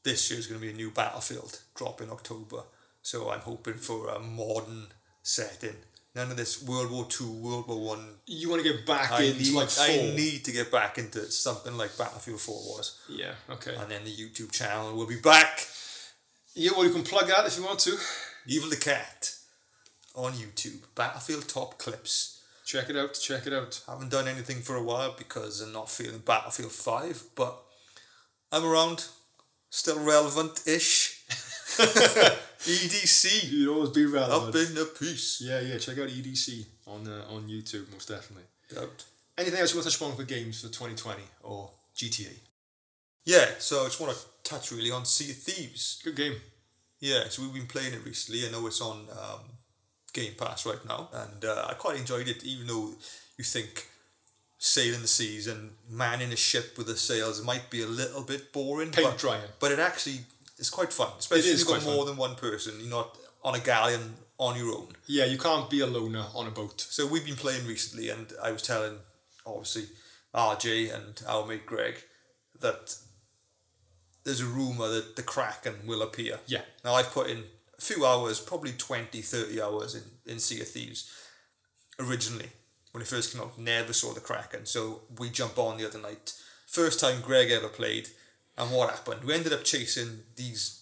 [SPEAKER 2] this year's going to be a new Battlefield drop in October. So I'm hoping for a modern setting. None of this World War Two, World War One.
[SPEAKER 3] You want to get back
[SPEAKER 2] I
[SPEAKER 3] into,
[SPEAKER 2] need,
[SPEAKER 3] like, four.
[SPEAKER 2] I need to get back into something like Battlefield Four was.
[SPEAKER 3] Yeah, okay.
[SPEAKER 2] and then the YouTube channel will be back.
[SPEAKER 3] Yeah, well, you can plug that if you want to.
[SPEAKER 2] Evil the Cat on YouTube. Battlefield top clips.
[SPEAKER 3] Check it out. Check it out.
[SPEAKER 2] Haven't done anything for a while because I'm not feeling [LAUGHS] Battlefield 5, but I'm around, still relevant ish. EDC
[SPEAKER 3] [LAUGHS] You'd always be
[SPEAKER 2] E up
[SPEAKER 3] relevant.
[SPEAKER 2] in the piece.
[SPEAKER 3] Oh, Yeah, yeah. Check out EDC on uh, on YouTube most definitely.
[SPEAKER 2] Doubt.
[SPEAKER 3] Anything else you want to touch upon for games for 2020 or GTA?
[SPEAKER 2] Yeah, so I just want to touch really on Sea of Thieves.
[SPEAKER 3] Good game.
[SPEAKER 2] Yeah, so we've been playing it recently. I know it's on um, Game Pass right now, and uh, I quite enjoyed it, even though you think sailing the seas and manning a ship with the sails might be a little bit boring.
[SPEAKER 3] Paint
[SPEAKER 2] but,
[SPEAKER 3] drying.
[SPEAKER 2] But it actually is quite fun, especially
[SPEAKER 3] is
[SPEAKER 2] if you've
[SPEAKER 3] quite
[SPEAKER 2] got more than one person. You're not on a galleon on your own.
[SPEAKER 3] Yeah, you can't be a loner on a boat.
[SPEAKER 2] So we've been playing recently, and I was telling, obviously, RJ and our mate Greg that there's a rumour that the Kraken will appear.
[SPEAKER 3] Yeah.
[SPEAKER 2] Now, I've put in a few hours, probably 20, 30 hours in, in Sea of Thieves originally. When it first came out, never saw the Kraken. So we jump on the other night. First time Greg ever played, and what happened? We ended up chasing these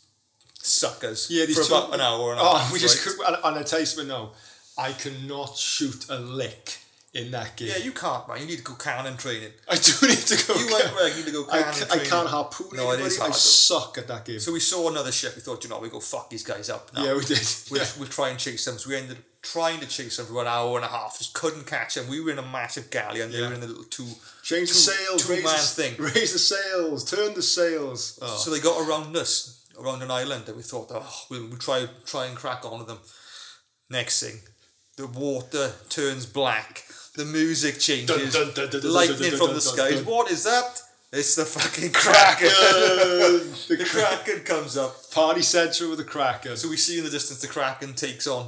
[SPEAKER 2] suckers
[SPEAKER 3] Yeah, these
[SPEAKER 2] for
[SPEAKER 3] two-
[SPEAKER 2] about an hour and a
[SPEAKER 3] Oh,
[SPEAKER 2] half.
[SPEAKER 3] [LAUGHS] we just
[SPEAKER 2] right?
[SPEAKER 3] could, and, and I tell you something now. I cannot shoot a lick in that game.
[SPEAKER 2] Yeah, you can't, man. You need to go cannon training.
[SPEAKER 3] [LAUGHS] I do need to go.
[SPEAKER 2] You
[SPEAKER 3] ca-
[SPEAKER 2] and Greg need to go
[SPEAKER 3] I,
[SPEAKER 2] cannon
[SPEAKER 3] ca- I
[SPEAKER 2] training.
[SPEAKER 3] can't harpoon
[SPEAKER 2] No, it
[SPEAKER 3] anybody.
[SPEAKER 2] is
[SPEAKER 3] I
[SPEAKER 2] hard, though.
[SPEAKER 3] suck at that game.
[SPEAKER 2] So we saw another ship. We thought, you know, we go fuck these guys up now.
[SPEAKER 3] yeah, we did.
[SPEAKER 2] We'll,
[SPEAKER 3] [LAUGHS] Yeah.
[SPEAKER 2] we'll try and chase them. So we ended up trying to chase them for an hour and a half. Just couldn't catch them. We were in a massive galley and they
[SPEAKER 3] Yeah.
[SPEAKER 2] were in a little two.
[SPEAKER 3] Change
[SPEAKER 2] two-
[SPEAKER 3] the sails,
[SPEAKER 2] two
[SPEAKER 3] raise
[SPEAKER 2] man
[SPEAKER 3] the,
[SPEAKER 2] thing.
[SPEAKER 3] raise the sails, turn the sails. Oh.
[SPEAKER 2] So they got around us, around an island, and we thought, oh, we'll, we'll try try and crack on to them. Next thing, the water turns black. The music
[SPEAKER 3] Dun,
[SPEAKER 2] changes.
[SPEAKER 3] dun, dun, dun, dun, dun,
[SPEAKER 2] lightning
[SPEAKER 3] dun,
[SPEAKER 2] from
[SPEAKER 3] dun,
[SPEAKER 2] the
[SPEAKER 3] dun,
[SPEAKER 2] skies.
[SPEAKER 3] dun.
[SPEAKER 2] What is that? It's the fucking
[SPEAKER 3] [LAUGHS]
[SPEAKER 2] Kraken. the Kraken comes up.
[SPEAKER 3] Party Central with the Kraken.
[SPEAKER 2] So we see in the distance the Kraken takes on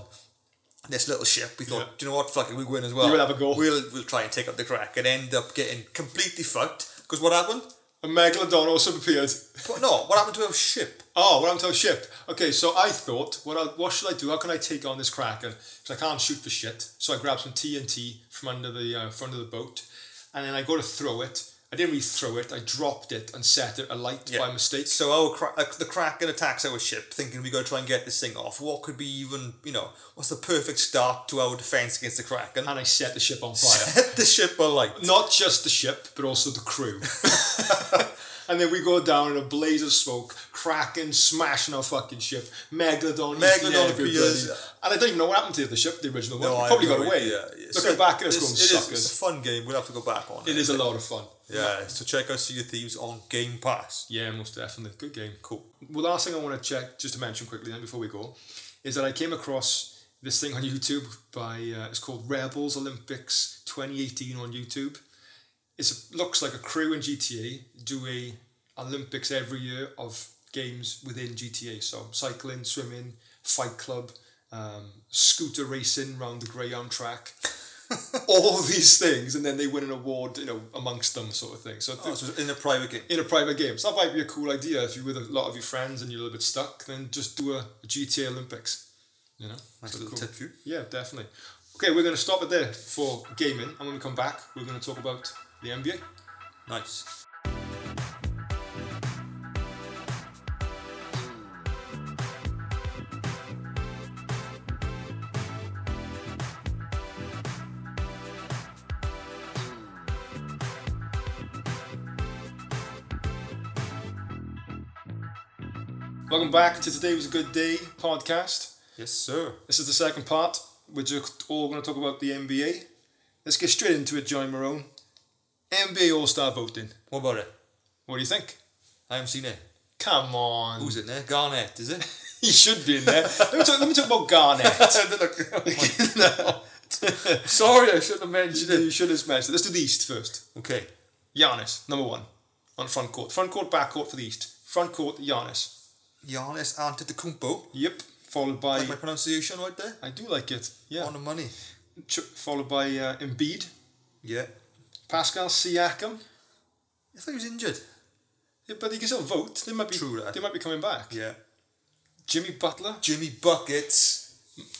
[SPEAKER 2] this little ship. We thought,
[SPEAKER 3] Yeah.
[SPEAKER 2] do you know what, fuck it, we win as well.
[SPEAKER 3] We'll have a go.
[SPEAKER 2] We'll, we'll try and take up the Kraken. End up getting completely fucked. Because what happened?
[SPEAKER 3] A Megalodon also appeared.
[SPEAKER 2] But no, what happened to our ship?
[SPEAKER 3] Oh, what I'm to a ship. Okay, so I thought, what I, what should I do? How can I take on this Kraken? Because I can't shoot for shit. So I grabbed some TNT from under the uh, front of the boat, and then I go to throw it. I didn't really throw it. I dropped it and set it alight
[SPEAKER 2] Yeah.
[SPEAKER 3] by mistake.
[SPEAKER 2] So our Kra- uh, the Kraken attacks our ship, thinking we go try and get this thing off. What could be even, you know, what's the perfect start to our defense against the Kraken?
[SPEAKER 3] And I set the ship on fire.
[SPEAKER 2] Set [LAUGHS] the ship alight.
[SPEAKER 3] Not just the ship, but also the crew. [LAUGHS] and then we go down in a blaze of smoke, cracking, smashing our fucking ship. Megalodon, eating
[SPEAKER 2] Megalodon
[SPEAKER 3] everybody.
[SPEAKER 2] appears.
[SPEAKER 3] And I don't even know what happened to the ship, the original one.
[SPEAKER 2] No,
[SPEAKER 3] It
[SPEAKER 2] I
[SPEAKER 3] probably
[SPEAKER 2] have
[SPEAKER 3] got
[SPEAKER 2] no
[SPEAKER 3] away.
[SPEAKER 2] idea.
[SPEAKER 3] Looking back at us
[SPEAKER 2] it's-
[SPEAKER 3] going,
[SPEAKER 2] it is-
[SPEAKER 3] suckers.
[SPEAKER 2] It's a fun game. We'll have to go back on it.
[SPEAKER 3] it is a lot of fun.
[SPEAKER 2] Yeah, so check out Sea of Thieves on Game Pass.
[SPEAKER 3] Yeah, most definitely. Good game.
[SPEAKER 2] Cool.
[SPEAKER 3] Well, last thing I want to check, just to mention quickly then before we go, is that I came across this thing on [LAUGHS] YouTube by, uh, it's called Rebels Olympics 2018 on YouTube. It looks like a crew in GTA do a Olympics every year of games within GTA. So cycling, swimming, fight club, um, scooter racing round the greyhound track. all these things, and then they win an award, you know, amongst them, sort of thing. So I think-
[SPEAKER 2] Oh, so it's in a private game.
[SPEAKER 3] in a private game. So that might be a cool idea if you're with a lot of your friends and you're a little bit stuck. Then just do a, a GTA Olympics. You know,
[SPEAKER 2] Nice
[SPEAKER 3] So
[SPEAKER 2] little
[SPEAKER 3] cool.
[SPEAKER 2] tip for you.
[SPEAKER 3] Yeah, definitely. Okay, we're going to stop it there for gaming, and when we come back, we're going to talk about the NBA.
[SPEAKER 2] Nice.
[SPEAKER 3] Welcome back to Today Was a Good Day podcast.
[SPEAKER 2] Yes, sir.
[SPEAKER 3] This is the second part. We're just all going to talk about the NBA. Let's get straight into it, John Marone. NBA All Star voting.
[SPEAKER 2] What about it?
[SPEAKER 3] What do you think?
[SPEAKER 2] I haven't seen it.
[SPEAKER 3] Come on. [LAUGHS]
[SPEAKER 2] Who's in there? Garnett, Eh, is it?
[SPEAKER 3] he should be in there. let, me talk, let me talk about Garnett.
[SPEAKER 2] Sorry, I shouldn't have mentioned
[SPEAKER 3] You should have smashed it. Let's do the East first.
[SPEAKER 2] [LAUGHS] Okay.
[SPEAKER 3] Giannis, number one, on front court. Front court, back court for the East. Front court, Giannis.
[SPEAKER 2] Giannis Antetokounmpo.
[SPEAKER 3] Yep. Followed by.
[SPEAKER 2] Like my Oh, pronunciation right there.
[SPEAKER 3] I do like it. Yeah.
[SPEAKER 2] On the money.
[SPEAKER 3] Ch- followed by uh, Embiid,
[SPEAKER 2] Yeah.
[SPEAKER 3] Pascal Siakam.
[SPEAKER 2] I thought he was injured.
[SPEAKER 3] Yeah, but they can still vote. They might be.
[SPEAKER 2] True that.
[SPEAKER 3] They might be coming back.
[SPEAKER 2] Yeah.
[SPEAKER 3] Jimmy Butler.
[SPEAKER 2] Jimmy Buckets.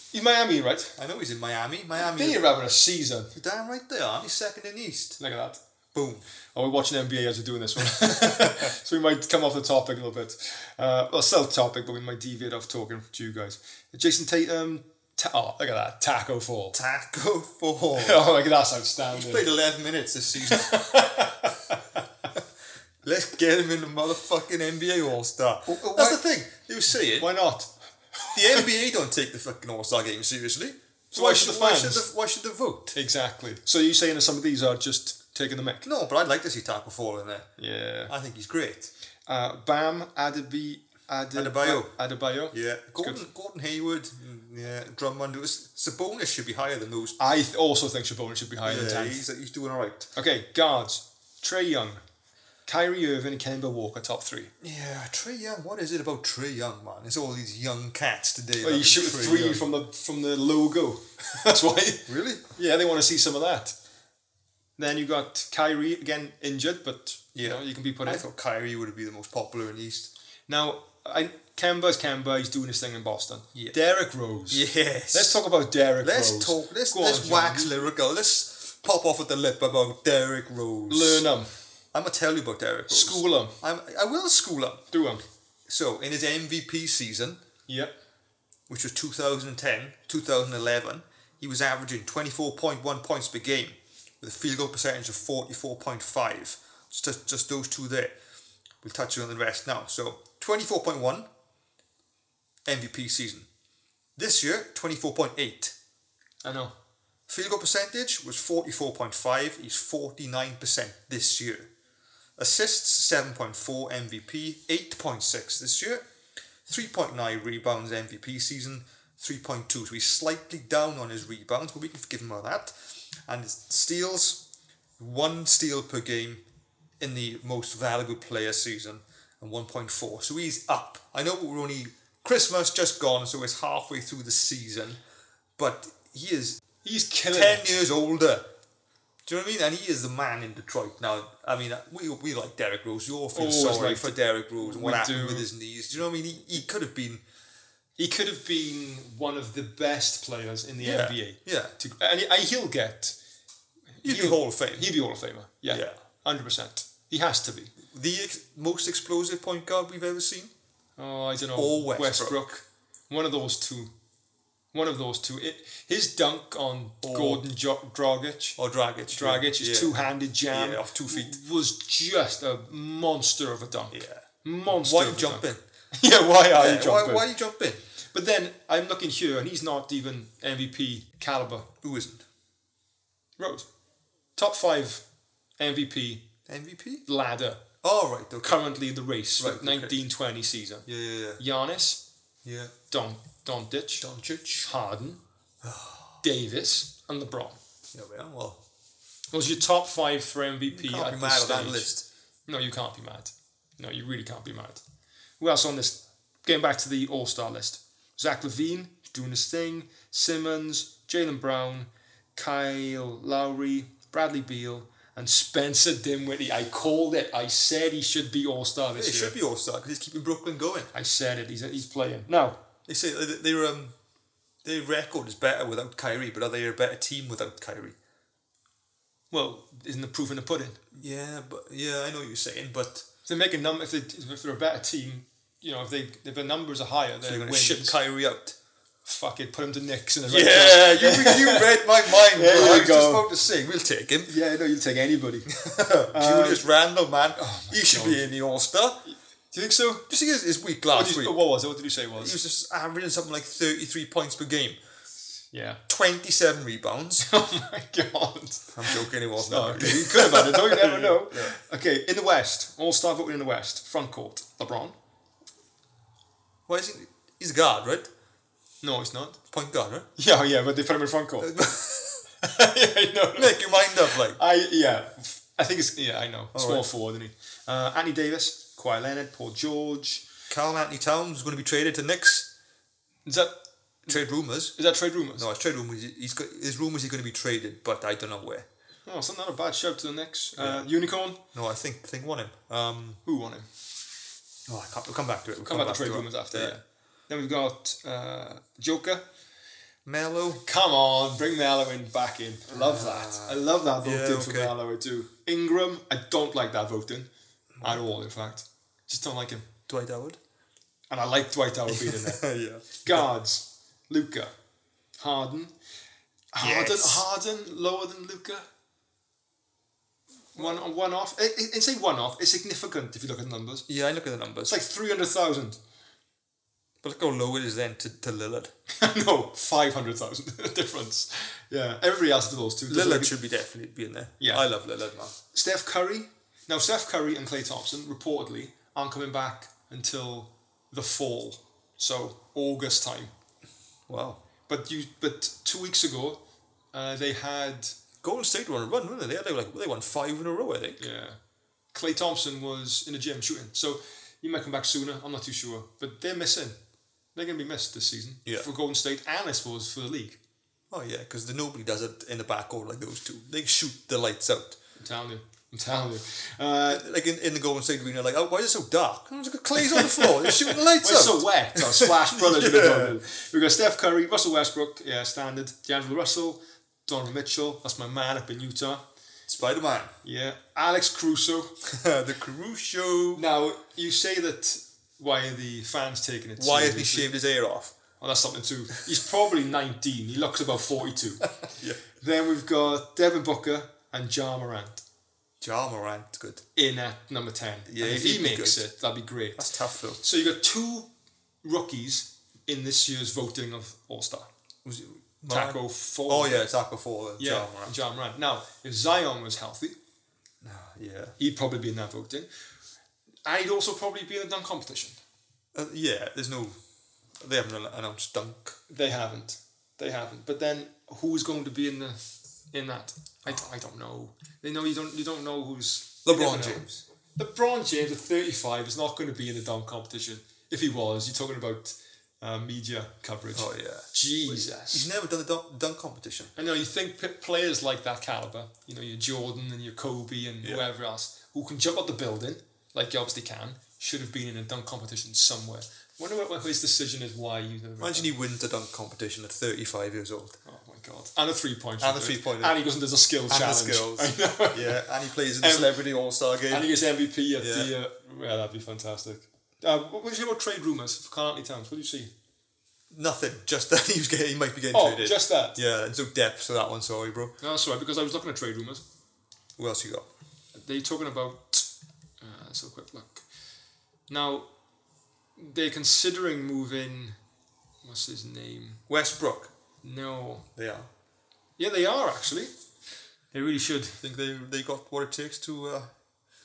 [SPEAKER 3] He's Miami, right?
[SPEAKER 2] I know he's in Miami.
[SPEAKER 3] They
[SPEAKER 2] Miami.
[SPEAKER 3] are having a season.
[SPEAKER 2] You're damn right they are. He's second in the East.
[SPEAKER 3] Look at that.
[SPEAKER 2] Boom.
[SPEAKER 3] Oh, we're watching NBA as we're doing this one. [LAUGHS] so we might come off the topic a little bit. Uh, well, still topic, but we might deviate off talking to you guys. Jason Tatum. Ta- oh, look at that. Taco fall. [LAUGHS]
[SPEAKER 2] Taco four.
[SPEAKER 3] oh, like that's outstanding.
[SPEAKER 2] Played 11 minutes this season. Let's get him in the motherfucking NBA All Star.
[SPEAKER 3] oh,
[SPEAKER 2] That's
[SPEAKER 3] why-
[SPEAKER 2] the thing. He You were saying
[SPEAKER 3] Why not?
[SPEAKER 2] the NBA don't take the fucking All Star game seriously. So
[SPEAKER 3] Why
[SPEAKER 2] why
[SPEAKER 3] should
[SPEAKER 2] should
[SPEAKER 3] the
[SPEAKER 2] why should
[SPEAKER 3] fans?
[SPEAKER 2] the, why should the vote?
[SPEAKER 3] Exactly. So you're saying that some of these are just taking the mic?
[SPEAKER 2] No, but I'd like to see Taco Fall in there.
[SPEAKER 3] Yeah.
[SPEAKER 2] I think he's great.
[SPEAKER 3] Uh, Bam Adebi, Adeb-
[SPEAKER 2] Adebayo.
[SPEAKER 3] Adebayo.
[SPEAKER 2] Yeah,
[SPEAKER 3] good.
[SPEAKER 2] Gordon, Gordon Hayward, mm, yeah, Drummond. it was- Sabonis should be higher than those.
[SPEAKER 3] I th- also think Sabonis should be higher
[SPEAKER 2] Yeah,
[SPEAKER 3] than 10.
[SPEAKER 2] he's, he's doing all right.
[SPEAKER 3] Okay, guards. Trey Young, Kyrie Irving, and Kemba Walker, top three.
[SPEAKER 2] Yeah, Trey Young. What is it about Trey Young, man? It's all these young cats today.
[SPEAKER 3] Well,
[SPEAKER 2] that
[SPEAKER 3] you
[SPEAKER 2] are
[SPEAKER 3] shoot
[SPEAKER 2] Trae
[SPEAKER 3] three
[SPEAKER 2] Young.
[SPEAKER 3] from the from the logo. [LAUGHS] That's why.
[SPEAKER 2] Really?
[SPEAKER 3] Yeah, they want to see some of that. Then you got Kyrie again injured, but you
[SPEAKER 2] Yeah.
[SPEAKER 3] know you can be put
[SPEAKER 2] I
[SPEAKER 3] in.
[SPEAKER 2] thought Kyrie would be the most popular in the East.
[SPEAKER 3] Now, I, Kemba's Kemba. He's doing his thing in Boston.
[SPEAKER 2] Yeah.
[SPEAKER 3] Derrick Rose.
[SPEAKER 2] Yes.
[SPEAKER 3] Let's talk about Derrick
[SPEAKER 2] Let's
[SPEAKER 3] Rose.
[SPEAKER 2] talk. Let's,
[SPEAKER 3] Go on,
[SPEAKER 2] let's
[SPEAKER 3] John.
[SPEAKER 2] wax lyrical. Let's pop off at the lip about Derek Rose.
[SPEAKER 3] Learn 'em.
[SPEAKER 2] I'm gonna tell you about Derek Rose.
[SPEAKER 3] School 'em.
[SPEAKER 2] I'm, I will school him.
[SPEAKER 3] Do 'em.
[SPEAKER 2] So in his MVP season,
[SPEAKER 3] Yep.
[SPEAKER 2] which was 2010, 2011, he was averaging 24.1 points per game with a field goal percentage of 44.5. It's Just, just those two there. We'll touch on the rest now. So 24.1 MVP season. This year, 24.8.
[SPEAKER 3] I know.
[SPEAKER 2] Field goal percentage was 44.5. He's 49% this year. Assists 7.4 MVP, 8.6 this year. 3.9 rebounds MVP season, 3.2. So he's slightly down on his rebounds, but we can forgive him all that. And his steals, one steal per game in the most valuable player season, and 1.4. So he's up. I know we're only Christmas just gone, so it's halfway through the season, but he is
[SPEAKER 3] He's killing.
[SPEAKER 2] 10
[SPEAKER 3] it.
[SPEAKER 2] years older. Do you know what I mean? And he is the man in Detroit now. I mean, we, we like Derek Rose. You all feel
[SPEAKER 3] Always
[SPEAKER 2] sorry
[SPEAKER 3] liked
[SPEAKER 2] for
[SPEAKER 3] it.
[SPEAKER 2] Derek Rose and what
[SPEAKER 3] We
[SPEAKER 2] happened
[SPEAKER 3] do.
[SPEAKER 2] with his knees. Do you know what I mean? He, he could have been.
[SPEAKER 3] He could have been one of the best players in the
[SPEAKER 2] Yeah,
[SPEAKER 3] NBA.
[SPEAKER 2] yeah.
[SPEAKER 3] To, and he, and he'll get.
[SPEAKER 2] He'd be Hall of Fame.
[SPEAKER 3] He'd be Hall of Famer. Yeah.
[SPEAKER 2] Yeah.
[SPEAKER 3] Hundred percent. He has to be.
[SPEAKER 2] the ex- most explosive point guard we've ever seen.
[SPEAKER 3] Oh, I don't know.
[SPEAKER 2] Or Westbrook.
[SPEAKER 3] One of those two. One of those two. It, his dunk on Gordon jo- Dragic.
[SPEAKER 2] Or Dragic.
[SPEAKER 3] Dragic, his
[SPEAKER 2] yeah.
[SPEAKER 3] two-handed jam
[SPEAKER 2] Yeah, off two feet.
[SPEAKER 3] was just a monster of a dunk.
[SPEAKER 2] Yeah.
[SPEAKER 3] Monster.
[SPEAKER 2] Why
[SPEAKER 3] of
[SPEAKER 2] you
[SPEAKER 3] a
[SPEAKER 2] jumping?
[SPEAKER 3] dunk. [LAUGHS] yeah, why are you
[SPEAKER 2] Yeah, why,
[SPEAKER 3] jumping?
[SPEAKER 2] why are you jumping?
[SPEAKER 3] But then I'm looking here, and he's not even MVP caliber.
[SPEAKER 2] Who isn't?
[SPEAKER 3] Rose, top five MVP
[SPEAKER 2] MVP?
[SPEAKER 3] ladder
[SPEAKER 2] Oh, right. Okay.
[SPEAKER 3] currently in the race for
[SPEAKER 2] Right, okay.
[SPEAKER 3] 1920 season.
[SPEAKER 2] Yeah, yeah,
[SPEAKER 3] Giannis,
[SPEAKER 2] yeah. Yeah.
[SPEAKER 3] Don Doncic,
[SPEAKER 2] Doncic. Oh.
[SPEAKER 3] Harden, Davis, and LeBron.
[SPEAKER 2] Yeah, well, well.
[SPEAKER 3] Those are your top five for MVP
[SPEAKER 2] Can't
[SPEAKER 3] at
[SPEAKER 2] be
[SPEAKER 3] this
[SPEAKER 2] mad at that
[SPEAKER 3] stage.
[SPEAKER 2] list.
[SPEAKER 3] No, you can't be mad. No, you really can't be mad. Who else on this? Going back to the All Star list: Zach Levine doing his thing, Simmons, Jalen Brown, Kyle Lowry, Bradley Beal, and Spencer Dinwiddie. I called it. I said he should be All Star
[SPEAKER 2] It
[SPEAKER 3] this year.
[SPEAKER 2] should be All Star because he's keeping Brooklyn going.
[SPEAKER 3] I said it. He's he's playing now.
[SPEAKER 2] They say th- their um their record is better without Kyrie, but are they a better team without Kyrie?
[SPEAKER 3] Well, isn't the proof in the pudding?
[SPEAKER 2] Yeah, but yeah, I know what you're saying, but
[SPEAKER 3] If they make a number, if, they, if they're a better team, you know, if they if their numbers are higher,
[SPEAKER 2] they're
[SPEAKER 3] then
[SPEAKER 2] going to
[SPEAKER 3] wins.
[SPEAKER 2] ship Kyrie out. uh,
[SPEAKER 3] Fuck it, put them to Knicks and the
[SPEAKER 2] Yeah, you, [LAUGHS] you read my mind.
[SPEAKER 3] There
[SPEAKER 2] bro.
[SPEAKER 3] you
[SPEAKER 2] I was
[SPEAKER 3] go.
[SPEAKER 2] just about to say we'll take [LAUGHS] him.
[SPEAKER 3] yeah, no, you'll take [LAUGHS] anybody.
[SPEAKER 2] [LAUGHS] Julius Randle, man, he should
[SPEAKER 3] God.
[SPEAKER 2] be in the All Star.
[SPEAKER 3] Do you think so?
[SPEAKER 2] Just see his, his week
[SPEAKER 3] What,
[SPEAKER 2] last
[SPEAKER 3] did you,
[SPEAKER 2] week.
[SPEAKER 3] what was it? What did you say it
[SPEAKER 2] He
[SPEAKER 3] was?
[SPEAKER 2] was just averaging something like thirty-three points per game,
[SPEAKER 3] [LAUGHS] Yeah.
[SPEAKER 2] twenty-seven rebounds.
[SPEAKER 3] [LAUGHS] Oh my god.
[SPEAKER 2] [LAUGHS] I'm joking, he wasn't.
[SPEAKER 3] [LAUGHS] No, okay, you could have had it. Don't you [LAUGHS] never know. Okay, in the West, All Star voting in the West, front court, LeBron.
[SPEAKER 2] [LAUGHS] Why is he? He's a guard, right?
[SPEAKER 3] No, it's not. Uh,
[SPEAKER 2] Point guard, right?
[SPEAKER 3] [LAUGHS] Yeah, yeah, but they put him in front court. [LAUGHS] yeah, I know.
[SPEAKER 2] [LAUGHS] Make your mind up, like.
[SPEAKER 3] I yeah, I think it's yeah, I know. Small
[SPEAKER 2] right.
[SPEAKER 3] forward, isn't he? Uh, Anthony Davis, Kawhi Leonard, Paul George.
[SPEAKER 2] Carl Anthony Towns is going to be traded to Knicks.
[SPEAKER 3] Is that
[SPEAKER 2] Trade rumors.
[SPEAKER 3] is that trade rumors?
[SPEAKER 2] No, it's trade rumors. He's got his rumors. He's going to be traded, but I don't know where.
[SPEAKER 3] Oh, it's not a bad shout to the Knicks. Uh, Unicorn,
[SPEAKER 2] No, I think think want him. Um,
[SPEAKER 3] who won him?
[SPEAKER 2] oh, I can't. We'll come back to it. We'll
[SPEAKER 3] Come back to
[SPEAKER 2] back
[SPEAKER 3] trade
[SPEAKER 2] it.
[SPEAKER 3] rumors after. Yeah. Then we've got uh, Joker.
[SPEAKER 2] Melo.
[SPEAKER 3] Come on, bring Mallow in back in. I love that. I love that voting
[SPEAKER 2] yeah,
[SPEAKER 3] for
[SPEAKER 2] okay.
[SPEAKER 3] Mallow. I do. Ingram, I don't like that voting at all. In fact, just don't like him.
[SPEAKER 2] Dwight Howard.
[SPEAKER 3] And I like Dwight Howard being in
[SPEAKER 2] [LAUGHS]
[SPEAKER 3] there.
[SPEAKER 2] yeah.
[SPEAKER 3] Guards, Luca, Harden, Harden,
[SPEAKER 2] Yes.
[SPEAKER 3] Harden, lower than Luca. One on one off. It, it, it's a one off. It's significant if you look at the numbers.
[SPEAKER 2] Yeah, I look at the numbers.
[SPEAKER 3] It's like three hundred thousand. [LAUGHS]
[SPEAKER 2] But look how low it is then to, to Lillard.
[SPEAKER 3] no, 500,000 [LAUGHS] difference. Yeah, everybody else to those two. doesn't
[SPEAKER 2] Lillard
[SPEAKER 3] it?
[SPEAKER 2] should be definitely be in there.
[SPEAKER 3] Yeah.
[SPEAKER 2] I love Lillard, man.
[SPEAKER 3] Steph Curry. Now, Steph Curry and Clay Thompson reportedly aren't coming back until the fall, so August time.
[SPEAKER 2] Wow.
[SPEAKER 3] But you, but two weeks ago, uh, they had
[SPEAKER 2] Golden State were on a run, weren't they? They, had, they were like they won five in a row, I think.
[SPEAKER 3] yeah, Clay Thompson was in the gym shooting, so he might come back sooner. I'm not too sure, but they're missing. They're going to be missed this season
[SPEAKER 2] Yeah.
[SPEAKER 3] for Golden State and I suppose for the league.
[SPEAKER 2] Oh yeah, because nobody does it in the back or like those two. They shoot the lights out.
[SPEAKER 3] I'm telling you, I'm telling you. Uh,
[SPEAKER 2] Like in, in the Golden State arena, like oh why is it so dark? And it's like Clay's on the floor. They're shooting the lights
[SPEAKER 3] It's
[SPEAKER 2] out.
[SPEAKER 3] so wet. [LAUGHS] Oh, Splash Brothers. would have done it. We've got Steph Curry, Russell Westbrook, yeah, standard. D'Angelo Russell, Donovan Mitchell. That's my man up in Utah.
[SPEAKER 2] Spider Man,
[SPEAKER 3] Yeah, Alex Crusoe.
[SPEAKER 2] [LAUGHS] the Caruso.
[SPEAKER 3] Now you say that why are the fans taking it?
[SPEAKER 2] Why hasn't he
[SPEAKER 3] seriously?
[SPEAKER 2] shaved his hair off?
[SPEAKER 3] Oh, that's something too. He's probably nineteen. He looks about forty-two.
[SPEAKER 2] [LAUGHS] Yeah.
[SPEAKER 3] Then we've got Devin Booker and Ja Morant
[SPEAKER 2] Ja Morant's good.
[SPEAKER 3] in at number ten.
[SPEAKER 2] Yeah,
[SPEAKER 3] And if
[SPEAKER 2] he'd
[SPEAKER 3] he
[SPEAKER 2] be
[SPEAKER 3] makes
[SPEAKER 2] good.
[SPEAKER 3] it, that'd be great.
[SPEAKER 2] That's tough though.
[SPEAKER 3] So you got two rookies in this year's voting of All Star.
[SPEAKER 2] Was it Morant?
[SPEAKER 3] Taco four.
[SPEAKER 2] Oh yeah, Taco Four. Yeah.
[SPEAKER 3] Yeah,
[SPEAKER 2] Ja Morant.
[SPEAKER 3] Ja Morant. Now, if Zion was healthy,
[SPEAKER 2] Yeah.
[SPEAKER 3] he'd probably be in that voting. And he'd also probably be in the dunk competition.
[SPEAKER 2] Uh, yeah. There's no. They haven't an- announced dunk.
[SPEAKER 3] They haven't. They haven't. But then who's going to be in the in that? I, d- I don't know. They know you don't you don't know who's you
[SPEAKER 2] LeBron
[SPEAKER 3] never know.
[SPEAKER 2] James.
[SPEAKER 3] LeBron James at thirty five is not going to be in the dunk competition. If he was, you're talking about uh, media coverage.
[SPEAKER 2] Oh yeah.
[SPEAKER 3] Jesus.
[SPEAKER 2] He's never done a dunk, dunk competition.
[SPEAKER 3] I know you think p- players like that caliber, you know, your Jordan and your Kobe and whoever else who can jump up the building, like you obviously can, should have been in a dunk competition somewhere. Wonder what, what his decision is why you.
[SPEAKER 2] Imagine he wins a dunk competition at 35 years old.
[SPEAKER 3] Oh my god! And a three point.
[SPEAKER 2] And a three-pointer.
[SPEAKER 3] And he goes and does a skill
[SPEAKER 2] And the
[SPEAKER 3] challenge.
[SPEAKER 2] skills. [LAUGHS]
[SPEAKER 3] [LAUGHS] I know.
[SPEAKER 2] Yeah, and he plays in the
[SPEAKER 3] Um,
[SPEAKER 2] Celebrity All Star game.
[SPEAKER 3] And he gets MVP at
[SPEAKER 2] Yeah.
[SPEAKER 3] the. Uh, yeah, that'd be fantastic. Uh, what what do you hear about trade rumors for Carnley Towns? What do you see?
[SPEAKER 2] Nothing, just that [LAUGHS] he was getting, he might be getting
[SPEAKER 3] Oh,
[SPEAKER 2] traded.
[SPEAKER 3] just that.
[SPEAKER 2] yeah, there's no depth to that one. Sorry, bro.
[SPEAKER 3] No, that's all right because I was looking at trade rumors.
[SPEAKER 2] Who else you got?
[SPEAKER 3] they talking about uh, so quick look now they're considering moving what's his name
[SPEAKER 2] Westbrook.
[SPEAKER 3] no
[SPEAKER 2] They are.
[SPEAKER 3] yeah they are actually they really should
[SPEAKER 2] I think they they got what it takes to. Uh,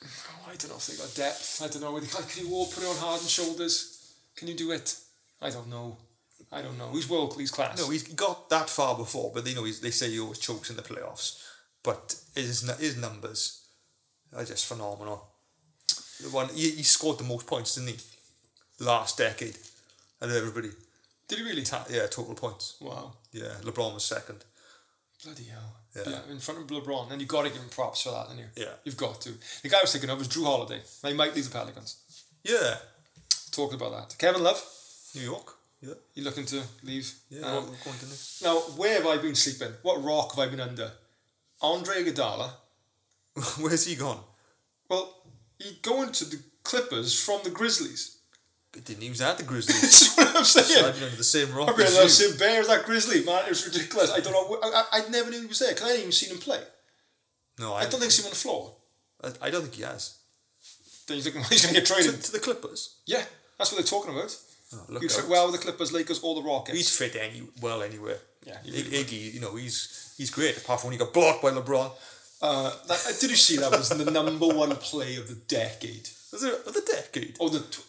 [SPEAKER 3] oh, I don't know if they got depth I don't know can, can you all put it on hardened shoulders can you do it I don't know I don't know he's world he's class
[SPEAKER 2] no, he's got that far before, but they know he's, they say he always chokes in the playoffs. But his nu- his numbers are just phenomenal. The one he, he scored the most points, didn't he? Last decade, out of everybody.
[SPEAKER 3] did he really
[SPEAKER 2] Ta- yeah, total points.
[SPEAKER 3] wow
[SPEAKER 2] Yeah, LeBron was second.
[SPEAKER 3] bloody hell
[SPEAKER 2] Yeah.
[SPEAKER 3] in front of LeBron and you've got to give him props for that haven't you
[SPEAKER 2] Yeah.
[SPEAKER 3] you've got to the guy I was thinking of was Drew Holiday they might leave the Pelicans
[SPEAKER 2] Yeah,
[SPEAKER 3] talking about that Kevin Love
[SPEAKER 2] New York. Yeah,
[SPEAKER 3] you looking to leave?
[SPEAKER 2] yeah.
[SPEAKER 3] Um,
[SPEAKER 2] what- what didn't they-
[SPEAKER 3] now, where have I been sleeping? What rock have I been under? Andre Iguodala.
[SPEAKER 2] [LAUGHS] Where's he gone?
[SPEAKER 3] Well, he'd go into the Clippers from the Grizzlies. [LAUGHS]
[SPEAKER 2] Didn't he was at the Grizzlies.
[SPEAKER 3] That's what I'm
[SPEAKER 2] So
[SPEAKER 3] saying.
[SPEAKER 2] I've been under the same rock
[SPEAKER 3] I've been
[SPEAKER 2] as
[SPEAKER 3] under the
[SPEAKER 2] you.
[SPEAKER 3] same bear as that Grizzly, man. It was ridiculous. I don't know. I, I, I never knew he was there because I hadn't even seen him play.
[SPEAKER 2] No,
[SPEAKER 3] I don't think he's seen him on the floor.
[SPEAKER 2] I, I don't think he has.
[SPEAKER 3] Then you're [LAUGHS] thinking, well, he's going to get
[SPEAKER 2] To,
[SPEAKER 3] traded.
[SPEAKER 2] to the Clippers.
[SPEAKER 3] Yeah, that's what they're talking about.
[SPEAKER 2] Oh, look
[SPEAKER 3] He'd
[SPEAKER 2] out.
[SPEAKER 3] fit well with the Clippers, Lakers, or the Rockets.
[SPEAKER 2] He's fit any well anywhere.
[SPEAKER 3] Yeah, he
[SPEAKER 2] Ig-
[SPEAKER 3] really
[SPEAKER 2] Iggy, you know, he's he's great. Apart from when he got blocked by LeBron.
[SPEAKER 3] uh, that, did you see that was the number one play of the decade?
[SPEAKER 2] Was it of the decade?
[SPEAKER 3] Oh, the tw-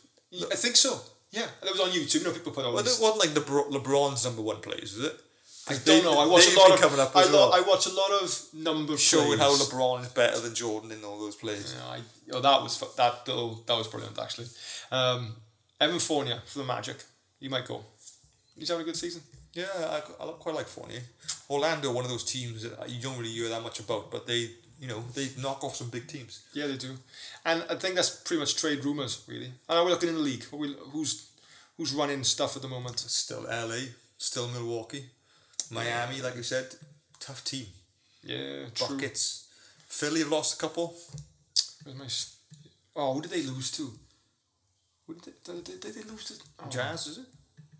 [SPEAKER 3] I think so. Yeah, that was on YouTube. You know, people put all
[SPEAKER 2] Well,
[SPEAKER 3] these-
[SPEAKER 2] it wasn't like LeBron, LeBron's number one plays, was it?
[SPEAKER 3] I
[SPEAKER 2] they-
[SPEAKER 3] don't know. I watch
[SPEAKER 2] they've
[SPEAKER 3] a lot
[SPEAKER 2] been
[SPEAKER 3] of
[SPEAKER 2] coming up
[SPEAKER 3] I,
[SPEAKER 2] as
[SPEAKER 3] lo-
[SPEAKER 2] well.
[SPEAKER 3] I watch a lot of number
[SPEAKER 2] Showing
[SPEAKER 3] plays.
[SPEAKER 2] how LeBron is better than Jordan in all those plays.
[SPEAKER 3] Yeah, I, oh, that was fu- that little that was brilliant actually. Um, Evan Fournier for the Magic. You might go. He's having a good season.
[SPEAKER 2] Yeah, I, I quite like Fournier. Orlando, one of those teams that you don't really hear that much about, but they, you know, they knock off some big teams.
[SPEAKER 3] Yeah, they do. And I think that's pretty much trade rumors really. And now we're looking in the league. What we, who's who's running stuff at the moment?
[SPEAKER 2] Still LA, still Milwaukee, Miami. Like you said, tough team.
[SPEAKER 3] Yeah, true.
[SPEAKER 2] Buckets. Philly have lost a couple.
[SPEAKER 3] Where's my s- oh, who did they lose to? Who did they, did, did they lose to? Oh,
[SPEAKER 2] Jazz is it?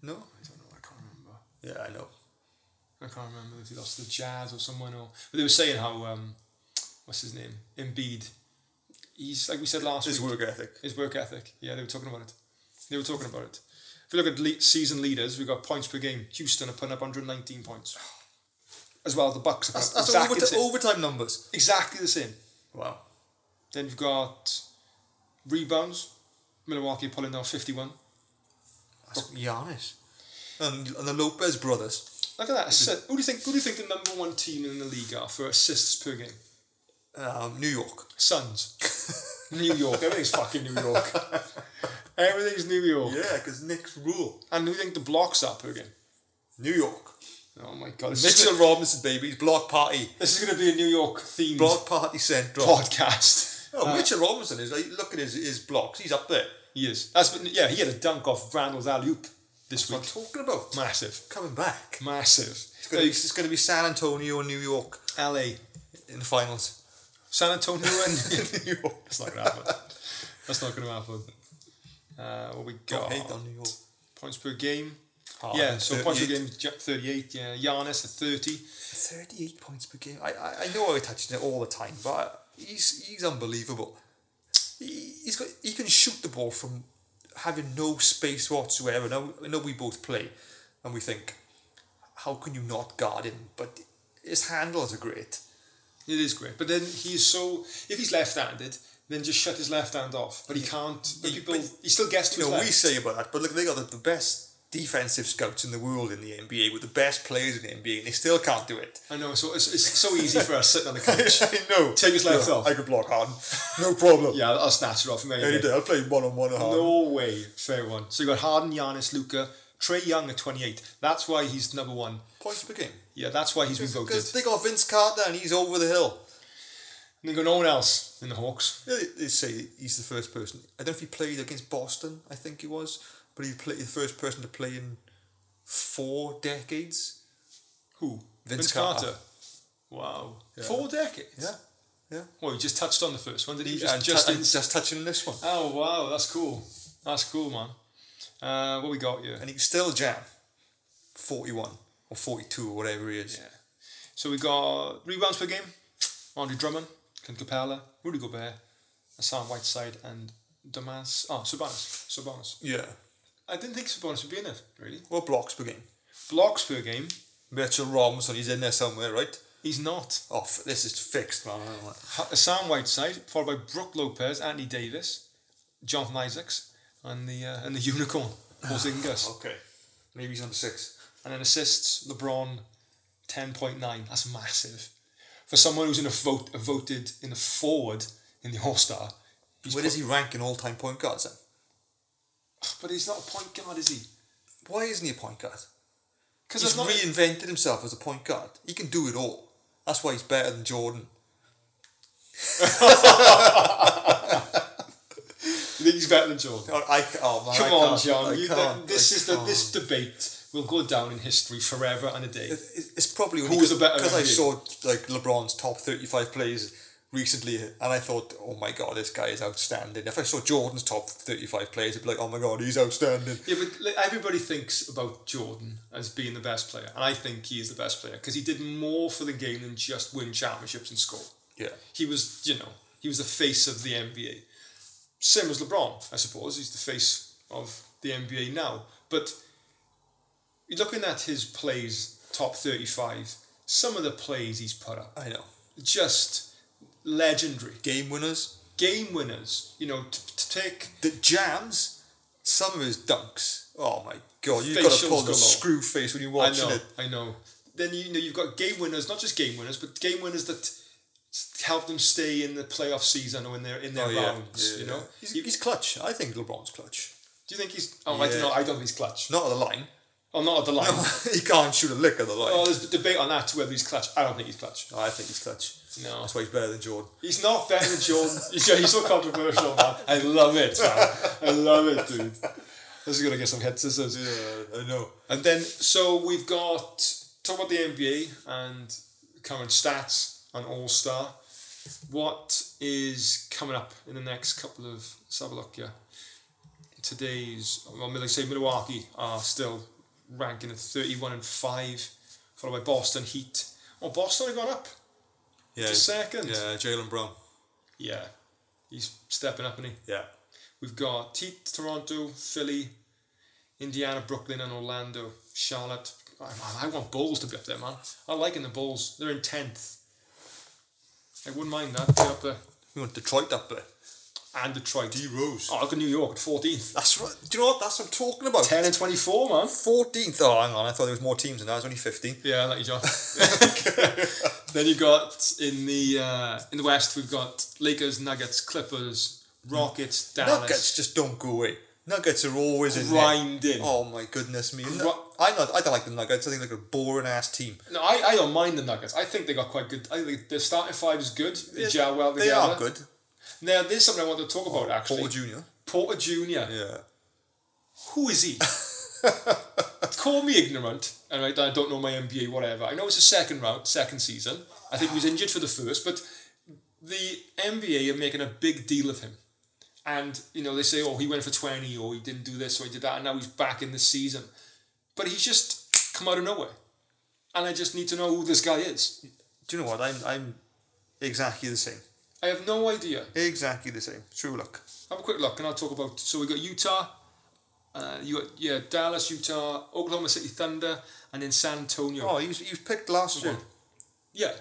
[SPEAKER 2] No.
[SPEAKER 3] I don't know. I can't remember.
[SPEAKER 2] Yeah, I know.
[SPEAKER 3] I can't remember if he lost to the Jazz or someone or but they were saying how um, what's his name Embiid. He's like we said last
[SPEAKER 2] His
[SPEAKER 3] week.
[SPEAKER 2] work ethic.
[SPEAKER 3] His work ethic. Yeah, they were talking about it. They were talking about it. If you look at le- season leaders, we've got points per game. Houston are putting up 119 points. As well, the Bucks are putting
[SPEAKER 2] That's,
[SPEAKER 3] up
[SPEAKER 2] that's
[SPEAKER 3] exactly, the
[SPEAKER 2] overti-
[SPEAKER 3] same.
[SPEAKER 2] overtime numbers.
[SPEAKER 3] exactly the same.
[SPEAKER 2] Wow.
[SPEAKER 3] Then you've got rebounds. Milwaukee pulling down 51.
[SPEAKER 2] That's Giannis. Oh. And, and the Lopez brothers.
[SPEAKER 3] Look at that. Assi- who do you think? Who do you think the number one team in the league are for assists per game?
[SPEAKER 2] Um, New York. [LAUGHS]
[SPEAKER 3] Suns. New York. Everything's fucking New York. [LAUGHS] Everything's New York.
[SPEAKER 2] Yeah, because Nick's rule.
[SPEAKER 3] And who do you think the blocks are per game?
[SPEAKER 2] New York.
[SPEAKER 3] Oh my god. This, is,
[SPEAKER 2] Mitchell Robinson, babies. Block party.
[SPEAKER 3] this is going to be a New York themed
[SPEAKER 2] Block party central.
[SPEAKER 3] [LAUGHS] podcast. Uh,
[SPEAKER 2] Oh, Mitchell Robinson is like, look at his, his blocks. He's up there.
[SPEAKER 3] He is. That's been, yeah. He had a dunk off Randall's alley oop this
[SPEAKER 2] That's what I'm
[SPEAKER 3] week.
[SPEAKER 2] talking about.
[SPEAKER 3] Massive,
[SPEAKER 2] Coming back.
[SPEAKER 3] massive.
[SPEAKER 2] It's going, to be, it's going to be San Antonio and New York
[SPEAKER 3] L.A.,
[SPEAKER 2] in the finals.
[SPEAKER 3] San Antonio, [LAUGHS] and New York. That's not going to happen. That's not going to happen. Uh, what we
[SPEAKER 2] Don't
[SPEAKER 3] got?
[SPEAKER 2] hate on New York.
[SPEAKER 3] Points per game.
[SPEAKER 2] Harden,
[SPEAKER 3] yeah, so points per
[SPEAKER 2] 38.
[SPEAKER 3] game, Jack 38. Yeah, Giannis at 30.
[SPEAKER 2] 38 points per game. I, I, I know I touched it all the time, but he's he's unbelievable. He, he's got he can shoot the ball from having no space whatsoever. Now I know we both play, and we think, how can you not guard him? But his handles are great.
[SPEAKER 3] It is great. But then he's so. If he's left handed, then just shut his left hand off. But he can't. But
[SPEAKER 2] He-
[SPEAKER 3] people,
[SPEAKER 2] but-
[SPEAKER 3] he still gets to
[SPEAKER 2] You
[SPEAKER 3] his
[SPEAKER 2] know we
[SPEAKER 3] left.
[SPEAKER 2] say about that, but look, they got the, the best defensive scouts in the world in the NBA with the best players in the NBA, and they still can't do it.
[SPEAKER 3] I know, so it's, it's so easy for us sitting on
[SPEAKER 2] [LAUGHS]
[SPEAKER 3] the couch.
[SPEAKER 2] I know.
[SPEAKER 3] Take his left
[SPEAKER 2] No,
[SPEAKER 3] off.
[SPEAKER 2] I can block Harden. No problem.
[SPEAKER 3] Yeah, I'll snatch it off him
[SPEAKER 2] Any
[SPEAKER 3] anyway.
[SPEAKER 2] day. I'll play one on one Harden.
[SPEAKER 3] No way, fair one. So you got Harden, Giannis, Luca, Trey Young at 28. That's why he's number one.
[SPEAKER 2] Points per game.
[SPEAKER 3] Yeah, that's why he's been voted.
[SPEAKER 2] Because they got Vince Carter and he's over the hill.
[SPEAKER 3] And they got no one else in the Hawks.
[SPEAKER 2] They, they say he's the first person. I don't know if he played against Boston, I think he was, but he played the first person to play in four decades.
[SPEAKER 3] Who?
[SPEAKER 2] Vince Carter.
[SPEAKER 3] Wow. Four decades?
[SPEAKER 2] Yeah, yeah.
[SPEAKER 3] Well, you just touched on the first one, did he?
[SPEAKER 2] and
[SPEAKER 3] Just,
[SPEAKER 2] tou-
[SPEAKER 3] just
[SPEAKER 2] and
[SPEAKER 3] in-
[SPEAKER 2] just touching on this one,
[SPEAKER 3] Oh, wow, that's cool. That's cool, man. Uh, what we got here?
[SPEAKER 2] and he can still jam. Forty-one or forty-two or whatever he is.
[SPEAKER 3] Yeah. So we got rebounds per game. Andre Drummond, Clint Capella, Rudy Gobert, Hassan Whiteside, and Damas. Oh, Sabonis. Sabonis.
[SPEAKER 2] Yeah.
[SPEAKER 3] I didn't think Sabonis would be in it, really.
[SPEAKER 2] Well, blocks per game.
[SPEAKER 3] Blocks per game,
[SPEAKER 2] Mitchell Robinson, he's in there somewhere, right?
[SPEAKER 3] he's not.
[SPEAKER 2] Oh, f- this is fixed, man.
[SPEAKER 3] Ha- Hassan Whiteside, followed by Brooke Lopez, Anthony Davis, Jonathan Isaacs, and the uh, and the unicorn, Porzingis.
[SPEAKER 2] Okay. Maybe he's number six.
[SPEAKER 3] and then assists, LeBron, 10.9. That's massive. For someone who's in a vote, a voted in the forward in the All Star,
[SPEAKER 2] Where does he rank in all-time point guards then?
[SPEAKER 3] But he's not a point guard, is he?
[SPEAKER 2] Why isn't he a point guard?
[SPEAKER 3] Because
[SPEAKER 2] He's
[SPEAKER 3] there's not.
[SPEAKER 2] reinvented himself as a point guard. He can do it all. That's why he's better than Jordan.
[SPEAKER 3] I think he's better than Jordan.
[SPEAKER 2] I, I, oh man, I
[SPEAKER 3] Come on,
[SPEAKER 2] can't. I
[SPEAKER 3] John. You,
[SPEAKER 2] can't.
[SPEAKER 3] this
[SPEAKER 2] I
[SPEAKER 3] is the
[SPEAKER 2] can't.
[SPEAKER 3] this debate will go down in history forever and a day.
[SPEAKER 2] It- It's probably
[SPEAKER 3] Who was the better
[SPEAKER 2] because I
[SPEAKER 3] NBA?
[SPEAKER 2] saw like LeBron's top thirty-five plays recently, and I thought, oh my god, this guy is outstanding. If I saw Jordan's top thirty-five plays, I'd be like, oh my god, he's outstanding.
[SPEAKER 3] Yeah, but like, everybody thinks about Jordan as being the best player, and I think he is the best player because he did more for the game than just win championships and score.
[SPEAKER 2] Yeah,
[SPEAKER 3] He was, you know, he was the face of the NBA. Same as LeBron, I suppose. He's the face of the NBA now. But you're looking at his plays, top 35, some of the plays he's put up,
[SPEAKER 2] I know.
[SPEAKER 3] just legendary.
[SPEAKER 2] Game winners,
[SPEAKER 3] Game winners, you know, to, to take
[SPEAKER 2] the jams, some of his dunks. Oh my god, you've got to
[SPEAKER 3] Facials
[SPEAKER 2] pull the
[SPEAKER 3] galore.
[SPEAKER 2] screw face when you're watching
[SPEAKER 3] I know,
[SPEAKER 2] it.
[SPEAKER 3] I know. Then you know you've got game winners, not just game winners, but game winners that s- help them stay in the playoff season or in their in their
[SPEAKER 2] Oh, yeah.
[SPEAKER 3] rounds.
[SPEAKER 2] Yeah,
[SPEAKER 3] you
[SPEAKER 2] yeah.
[SPEAKER 3] know,
[SPEAKER 2] he's,
[SPEAKER 3] You-
[SPEAKER 2] he's clutch. I think LeBron's clutch.
[SPEAKER 3] do you think he's? Oh, I
[SPEAKER 2] Yeah.
[SPEAKER 3] don't know. I don't think he's clutch.
[SPEAKER 2] Not at the line. [LAUGHS]
[SPEAKER 3] Oh, not at the line.
[SPEAKER 2] he can't shoot a lick at the line. Oh,
[SPEAKER 3] Oh, there's a debate on that whether he's clutch. I don't think he's clutch.
[SPEAKER 2] I think he's clutch.
[SPEAKER 3] No,
[SPEAKER 2] That's why he's better than Jordan.
[SPEAKER 3] he's not better than Jordan. He's, he's so controversial, man. I love it, man. I love it, dude. This is gonna get some hits. This is.
[SPEAKER 2] Yeah, I know.
[SPEAKER 3] And then, so we've got talk about the NBA and current stats and All Star. What is coming up in the next couple of? Let's have a look here. Today's, well, like I say, Milwaukee are still ranking at thirty-one and five, followed by Boston Heat. Oh, Boston have gone up
[SPEAKER 2] Yeah,
[SPEAKER 3] to second.
[SPEAKER 2] yeah, Jalen Brown.
[SPEAKER 3] Yeah. he's stepping up, isn't he?
[SPEAKER 2] Yeah,
[SPEAKER 3] We've got Heat, Toronto, Philly, Indiana, Brooklyn, and Orlando. Charlotte. Oh, man, I want Bulls to be up there, man. I like in the Bulls. They're in tenth. I wouldn't mind that. Be up there.
[SPEAKER 2] We want Detroit up there.
[SPEAKER 3] And Detroit.
[SPEAKER 2] D Rose.
[SPEAKER 3] Oh, look at New York at fourteenth.
[SPEAKER 2] That's right. Do you know what? That's what I'm talking about.
[SPEAKER 3] Ten and twenty-four, man.
[SPEAKER 2] 14th. Oh, hang on. I thought there was more teams than that. It's only [LAUGHS] 15.
[SPEAKER 3] Yeah, I like you, [LAUGHS] John. then you got in the uh, in the West, we've got Lakers, Nuggets, Clippers, Rockets, Dallas.
[SPEAKER 2] Nuggets just don't go away. Nuggets are always in there.
[SPEAKER 3] grinding.
[SPEAKER 2] Oh my goodness me!
[SPEAKER 3] Gri-
[SPEAKER 2] No, I not. I don't like the Nuggets. I think they're a boring ass team.
[SPEAKER 3] No, I, I don't mind the Nuggets. I think they got quite good. I think their starting five is good. They gel well
[SPEAKER 2] They
[SPEAKER 3] together.
[SPEAKER 2] are good. Oh,
[SPEAKER 3] Now, there's something I want to talk about actually.
[SPEAKER 2] Porter Junior.
[SPEAKER 3] Porter Junior.
[SPEAKER 2] Yeah.
[SPEAKER 3] Who
[SPEAKER 2] [LAUGHS]
[SPEAKER 3] is he? Call me ignorant, and I, I don't know my NBA, whatever. I know it's a second round, second season. I think he was injured for the first, but the NBA are making a big deal of him. And, you know, they say, oh, he went for 20, or he didn't do this, or he did that, and now he's back in this season. But he's just come out of nowhere. And I just need to know who this guy is.
[SPEAKER 2] Do you know what? I'm I'm exactly the same.
[SPEAKER 3] I have no idea.
[SPEAKER 2] Exactly the same. True luck.
[SPEAKER 3] Have a quick look, and I'll talk about. So we got Utah, uh, you got yeah Dallas, Utah, Oklahoma City Thunder, and then San Antonio.
[SPEAKER 2] Oh, he was, he was picked last year.
[SPEAKER 3] Yeah,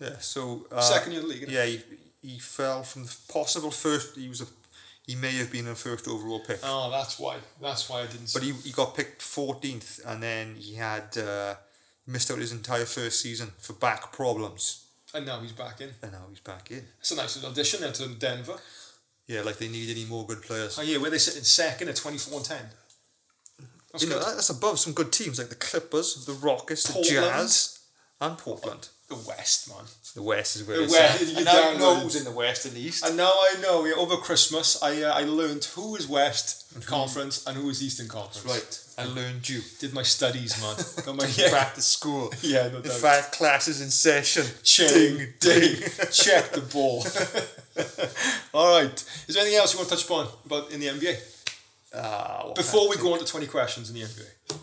[SPEAKER 2] Yeah. So uh,
[SPEAKER 3] second year of the league. innit?
[SPEAKER 2] Yeah, he, he fell from the possible first. He was a he may have been a first overall pick,
[SPEAKER 3] Oh, that's why. That's why I didn't.
[SPEAKER 2] but
[SPEAKER 3] But
[SPEAKER 2] he, he got picked fourteenth, and then he had uh, missed out his entire first season for back problems,
[SPEAKER 3] and now he's back in.
[SPEAKER 2] and now he's back in.
[SPEAKER 3] It's a nice little addition there to Denver.
[SPEAKER 2] Yeah, like they need any more good players.
[SPEAKER 3] Oh yeah, where they sit in second at twenty four and ten. That's
[SPEAKER 2] you know,
[SPEAKER 3] good.
[SPEAKER 2] that- that's above some good teams like the Clippers, the Rockets, the
[SPEAKER 3] Portland.
[SPEAKER 2] Jazz, and Portland.
[SPEAKER 3] The West, man.
[SPEAKER 2] The West is where
[SPEAKER 3] The
[SPEAKER 2] it's
[SPEAKER 3] West,
[SPEAKER 2] at.
[SPEAKER 3] you
[SPEAKER 2] And now
[SPEAKER 3] download.
[SPEAKER 2] knows in the West and the East.
[SPEAKER 3] And now I know. Yeah, over Christmas, I uh, I learned who is West Conference and who is Eastern Conference.
[SPEAKER 2] Mhm. right, I learned
[SPEAKER 3] [LAUGHS]
[SPEAKER 2] you.
[SPEAKER 3] Did my studies, man.
[SPEAKER 2] [LAUGHS]
[SPEAKER 3] Got my
[SPEAKER 2] Back to school.
[SPEAKER 3] [LAUGHS] Yeah, no
[SPEAKER 2] the
[SPEAKER 3] doubt.
[SPEAKER 2] five classes in session.
[SPEAKER 3] Ching, ding, [LAUGHS] check the ball. [LAUGHS] All right. Is there anything else you want to touch upon about in the NBA
[SPEAKER 2] Ah, what
[SPEAKER 3] before we go on to twenty questions in the NBA?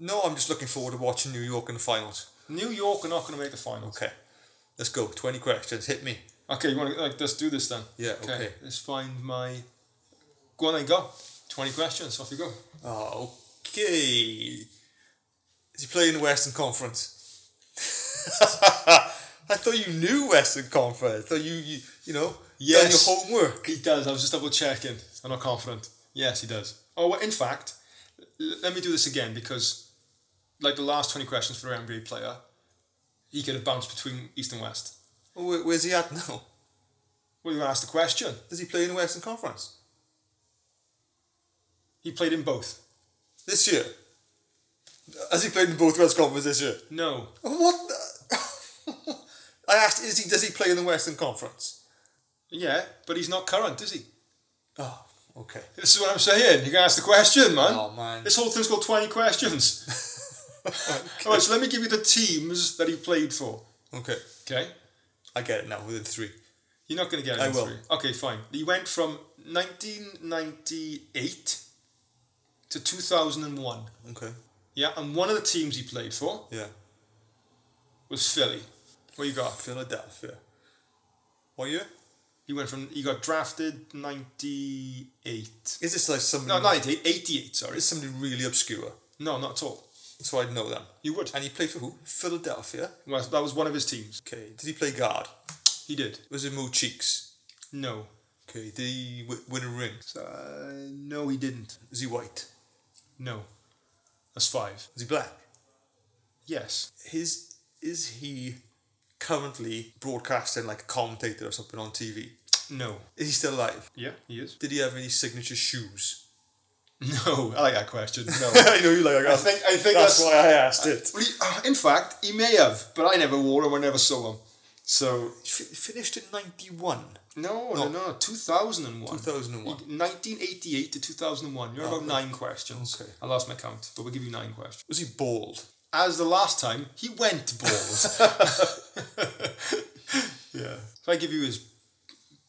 [SPEAKER 2] No, I'm just looking forward to watching New York in the finals.
[SPEAKER 3] New York are not going to make the finals.
[SPEAKER 2] Okay. Let's go. 20 questions. Hit me.
[SPEAKER 3] Okay, you want to like let's do this then.
[SPEAKER 2] Yeah, okay.
[SPEAKER 3] Let's find my. Go on then, go. Twenty questions. Off you go.
[SPEAKER 2] Oh, okay. Is he playing the Western Conference? [LAUGHS] I thought you knew Western Conference. I thought you, you, you know,
[SPEAKER 3] Yes.
[SPEAKER 2] done your homework.
[SPEAKER 3] He does. I was just double checking. I'm not confident. Yes, he does. Oh, well, in fact, l- let me do this again because, like the last twenty questions for an NBA player, he could have bounced between East and West.
[SPEAKER 2] Well, Oh, Where, where's he at now?
[SPEAKER 3] Well, you going to ask the question.
[SPEAKER 2] Does he play in the Western Conference?
[SPEAKER 3] He played in both.
[SPEAKER 2] This year? Has he played in both Western Conference this year?
[SPEAKER 3] No.
[SPEAKER 2] What? the- [LAUGHS] I asked, is he, does he play in the Western Conference?
[SPEAKER 3] Yeah, but he's not current, is he?
[SPEAKER 2] Oh, okay. [LAUGHS]
[SPEAKER 3] This is what I'm saying. You can ask the question, man.
[SPEAKER 2] Oh, man.
[SPEAKER 3] This whole thing's got 20 questions. All right, so let me give you the teams that he played for.
[SPEAKER 2] Okay.
[SPEAKER 3] Okay?
[SPEAKER 2] I get it now within three.
[SPEAKER 3] You're not going to get it.
[SPEAKER 2] I
[SPEAKER 3] in
[SPEAKER 2] will.
[SPEAKER 3] Three. Okay, fine. He went from 1998 to 2001.
[SPEAKER 2] Okay.
[SPEAKER 3] Yeah, and one of the teams he played for
[SPEAKER 2] Yeah.
[SPEAKER 3] was Philly. What you got?
[SPEAKER 2] Philadelphia. What year?
[SPEAKER 3] He went from, he got drafted 98.
[SPEAKER 2] Is this like somebody?
[SPEAKER 3] No, 98, 88, sorry.
[SPEAKER 2] Is somebody really obscure?
[SPEAKER 3] No, not at all.
[SPEAKER 2] So I'd know them.
[SPEAKER 3] You would.
[SPEAKER 2] And he played for who? Philadelphia.
[SPEAKER 3] Well, that was one of his teams.
[SPEAKER 2] Okay. Did he play guard?
[SPEAKER 3] He did.
[SPEAKER 2] Was it Mo Cheeks?
[SPEAKER 3] No.
[SPEAKER 2] Okay. Did he w- win a ring?
[SPEAKER 3] Uh, no, he didn't.
[SPEAKER 2] Is he white?
[SPEAKER 3] No. That's five.
[SPEAKER 2] Is he black?
[SPEAKER 3] Yes.
[SPEAKER 2] His is he currently broadcasting like a commentator or something on TV?
[SPEAKER 3] No.
[SPEAKER 2] Is he still alive?
[SPEAKER 3] Yeah, he is.
[SPEAKER 2] Did he have any signature shoes?
[SPEAKER 3] [LAUGHS] No, I like that question. [LAUGHS] No.
[SPEAKER 2] [LAUGHS] I know you like.
[SPEAKER 3] I think I think that's,
[SPEAKER 2] that's why I asked
[SPEAKER 3] [LAUGHS]
[SPEAKER 2] it.
[SPEAKER 3] Well, he- uh, in fact, he may have, but I never wore him. I never saw him. So
[SPEAKER 2] Fi finished in ninety one.
[SPEAKER 3] no, no, no, two thousand and one. Oh,
[SPEAKER 2] 2001.
[SPEAKER 3] 1988 to 2001. You're about nine questions.
[SPEAKER 2] Okay.
[SPEAKER 3] I lost my count, but we'll give you nine questions.
[SPEAKER 2] Was he bald?
[SPEAKER 3] As the last time, he went [LAUGHS] bald.
[SPEAKER 2] Yeah.
[SPEAKER 3] if I give you his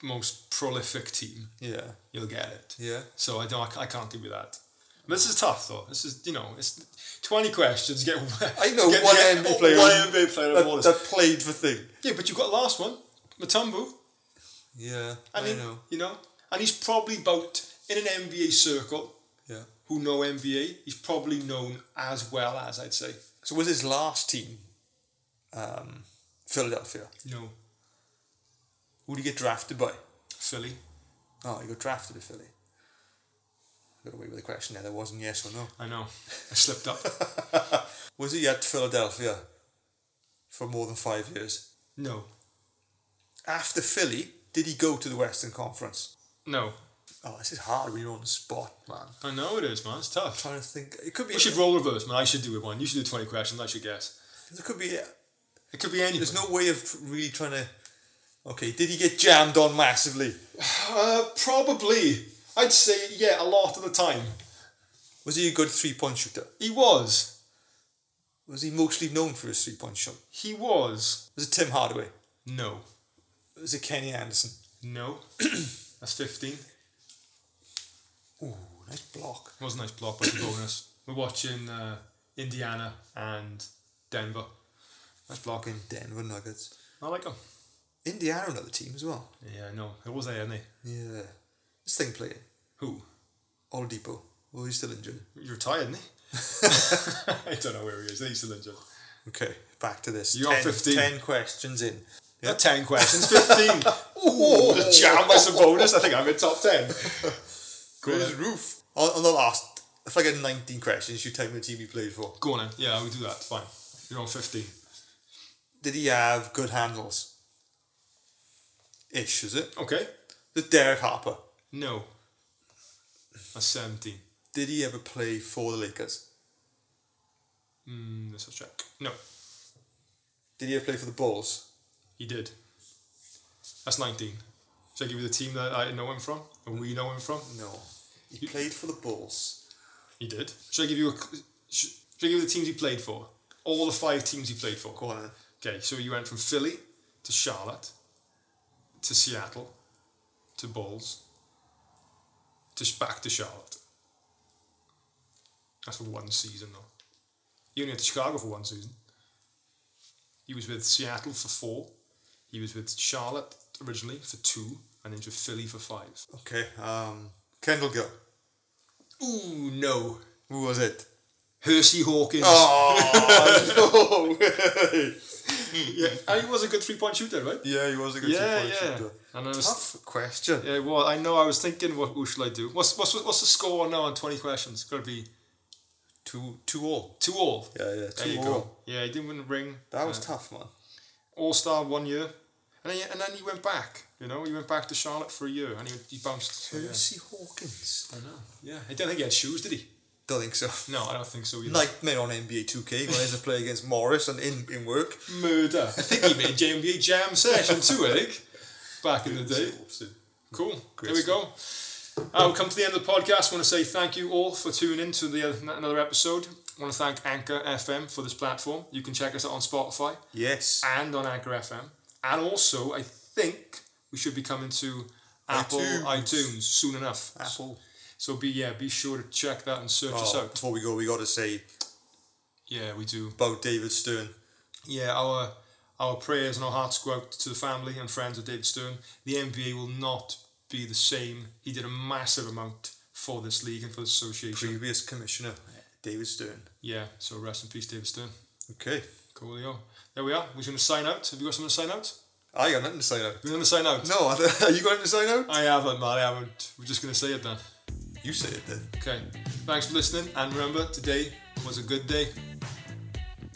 [SPEAKER 3] most prolific team,
[SPEAKER 2] Yeah.
[SPEAKER 3] you'll get it.
[SPEAKER 2] Yeah.
[SPEAKER 3] So I don't. I can't give you that. But this is tough, though. This is you know, it's twenty questions. Get
[SPEAKER 2] I know
[SPEAKER 3] get-
[SPEAKER 2] one
[SPEAKER 3] get
[SPEAKER 2] NBA player
[SPEAKER 3] One
[SPEAKER 2] who-
[SPEAKER 3] NBA player of all
[SPEAKER 2] That,
[SPEAKER 3] this.
[SPEAKER 2] that played for thing.
[SPEAKER 3] Yeah, but you got the last one, Matumbu.
[SPEAKER 2] Yeah.
[SPEAKER 3] I mean, you know, and he's probably about in an NBA circle.
[SPEAKER 2] Yeah.
[SPEAKER 3] who know NBA, he's probably known as well as I'd say.
[SPEAKER 2] So was his last team um, Philadelphia?
[SPEAKER 3] No,
[SPEAKER 2] Who did he get drafted by?
[SPEAKER 3] Philly.
[SPEAKER 2] Oh, he got drafted to Philly. Got away with the question there. There wasn't yes or no.
[SPEAKER 3] I know. I
[SPEAKER 2] [LAUGHS]
[SPEAKER 3] slipped up.
[SPEAKER 2] Was he at Philadelphia for more than five years?
[SPEAKER 3] No.
[SPEAKER 2] After Philly, did he go to the Western Conference?
[SPEAKER 3] No.
[SPEAKER 2] Oh, this is hard when you're on the spot, man.
[SPEAKER 3] I know it is, man. It's
[SPEAKER 2] I'm
[SPEAKER 3] tough.
[SPEAKER 2] trying to think. It could be.
[SPEAKER 3] We should roll reverse, man. I should do it one. You should do 20 questions. I should guess.
[SPEAKER 2] It could be.
[SPEAKER 3] It could be anything.
[SPEAKER 2] There's no way of really trying to. Okay, did he get jammed on massively?
[SPEAKER 3] Uh, probably. I'd say, yeah, a lot of the time.
[SPEAKER 2] Was he a good three point shooter?
[SPEAKER 3] He was.
[SPEAKER 2] Was he mostly known for his three point shot?
[SPEAKER 3] He was.
[SPEAKER 2] Was it Tim Hardaway?
[SPEAKER 3] No.
[SPEAKER 2] Was it Kenny Anderson?
[SPEAKER 3] [CLEARS THROAT] No. That's 15.
[SPEAKER 2] Ooh, Oh, nice block.
[SPEAKER 3] It was a nice block, but it's a [CLEARS THROAT] bonus. We're watching uh, Indiana and Denver. Nice block.
[SPEAKER 2] Fucking Denver Nuggets.
[SPEAKER 3] I like them.
[SPEAKER 2] Indiana, another team as well.
[SPEAKER 3] Yeah, I know. It was there, isn't he?
[SPEAKER 2] Yeah. This thing playing.
[SPEAKER 3] Who?
[SPEAKER 2] Old Depot. Oh, he's still injured.
[SPEAKER 3] He retired, [LAUGHS] isn't he? I don't know where he is. He's still injured.
[SPEAKER 2] Okay, back to this.
[SPEAKER 3] You got 15.
[SPEAKER 2] 10 questions in.
[SPEAKER 3] Not 10 questions, [LAUGHS] 15. Ooh, the jam was a bonus. I think I'm in top 10. [LAUGHS]
[SPEAKER 2] Go his roof. On, on the last, if I get 19 questions, you tell me the team he played for.
[SPEAKER 3] Go on then. Yeah, we do that. Fine. You're on 15.
[SPEAKER 2] Did he have good handles? Ish, is it?
[SPEAKER 3] Okay.
[SPEAKER 2] Did Derek Harper?
[SPEAKER 3] No. That's 17.
[SPEAKER 2] Did he ever play for the Lakers?
[SPEAKER 3] Mm, let's have a check. No,
[SPEAKER 2] Did he ever play for the Bulls?
[SPEAKER 3] he did. That's 19. Should I give you the team that I know him from? Or we know him from?
[SPEAKER 2] No. He played for the Bulls.
[SPEAKER 3] He did. Should I give you a. cl- Should, should I give you the teams he played for? All the five teams he played for.
[SPEAKER 2] Go on then.
[SPEAKER 3] Okay, so you went from Philly to Charlotte to Seattle to Bulls to sh- back to Charlotte. That's for one season, though. You only went to Chicago for one season. He was with Seattle for four. He was with Charlotte originally for two, and then to Philly for five.
[SPEAKER 2] Okay, um, Kendall Gill.
[SPEAKER 3] Ooh, no.
[SPEAKER 2] Who was
[SPEAKER 3] [LAUGHS]
[SPEAKER 2] it?
[SPEAKER 3] Hersey Hawkins.
[SPEAKER 2] [LAUGHS] Oh, no way.
[SPEAKER 3] yeah. And he was a good three point shooter, right?
[SPEAKER 2] Yeah, he was a good
[SPEAKER 3] Yeah,
[SPEAKER 2] two-point
[SPEAKER 3] yeah.
[SPEAKER 2] shooter.
[SPEAKER 3] And I was
[SPEAKER 2] Tough question.
[SPEAKER 3] Yeah, well, I know. I was thinking, what, what should I do? What's what's what's the score now on twenty questions? Got to be
[SPEAKER 2] Two, two all.
[SPEAKER 3] two all.
[SPEAKER 2] Yeah, yeah,
[SPEAKER 3] there
[SPEAKER 2] two
[SPEAKER 3] you
[SPEAKER 2] all.
[SPEAKER 3] go. Yeah, he didn't win a ring.
[SPEAKER 2] That was tough, man.
[SPEAKER 3] All star one year, and then and then he went back. You know, he went back to Charlotte for a year, and he, he bounced. So, yeah.
[SPEAKER 2] Percy Hawkins.
[SPEAKER 3] I know. Yeah, I don't think he had shoes, did he?
[SPEAKER 2] Don't think so.
[SPEAKER 3] No, I don't think so either.
[SPEAKER 2] Nightmare on NBA 2K when he has to play against Morris and in, in work.
[SPEAKER 3] murder. I think he made JMB jam session too. I think back in the day. Cool. there we go. Uh, we come to the end of the podcast. want to say thank you all for tuning in to the uh, another episode. want to thank Anchor FM for this platform. You can check us out on Spotify
[SPEAKER 2] Yes.
[SPEAKER 3] and on Anchor FM. And also, I think we should be coming to Apple
[SPEAKER 2] iTunes.
[SPEAKER 3] iTunes, soon enough.
[SPEAKER 2] Apple.
[SPEAKER 3] So be yeah, be sure to check that and search us
[SPEAKER 2] Oh,
[SPEAKER 3] out.
[SPEAKER 2] before we go, we got to say
[SPEAKER 3] Yeah, we do.
[SPEAKER 2] about David Stern.
[SPEAKER 3] Yeah, our our prayers and our hearts go out to the family and friends of David Stern. The NBA will not be the same. He did a massive amount for this league and for the association.
[SPEAKER 2] Previous commissioner, David Stern.
[SPEAKER 3] yeah, so rest in peace, David Stern.
[SPEAKER 2] Okay.
[SPEAKER 3] Coolio. There we are. We're going to sign out. Have you got something to sign out?
[SPEAKER 2] I got nothing to sign out.
[SPEAKER 3] We're going to sign out.
[SPEAKER 2] No, I th- [LAUGHS] you got anything to sign out?
[SPEAKER 3] I haven't, man. I haven't. We're just going to say it then.
[SPEAKER 2] You say it then.
[SPEAKER 3] Okay. Thanks for listening. And remember, today was a good day.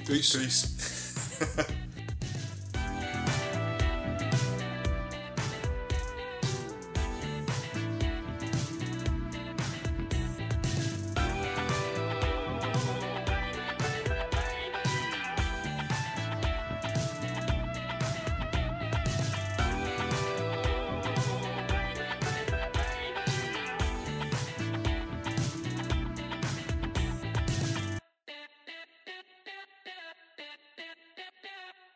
[SPEAKER 3] Peace.
[SPEAKER 2] Peace.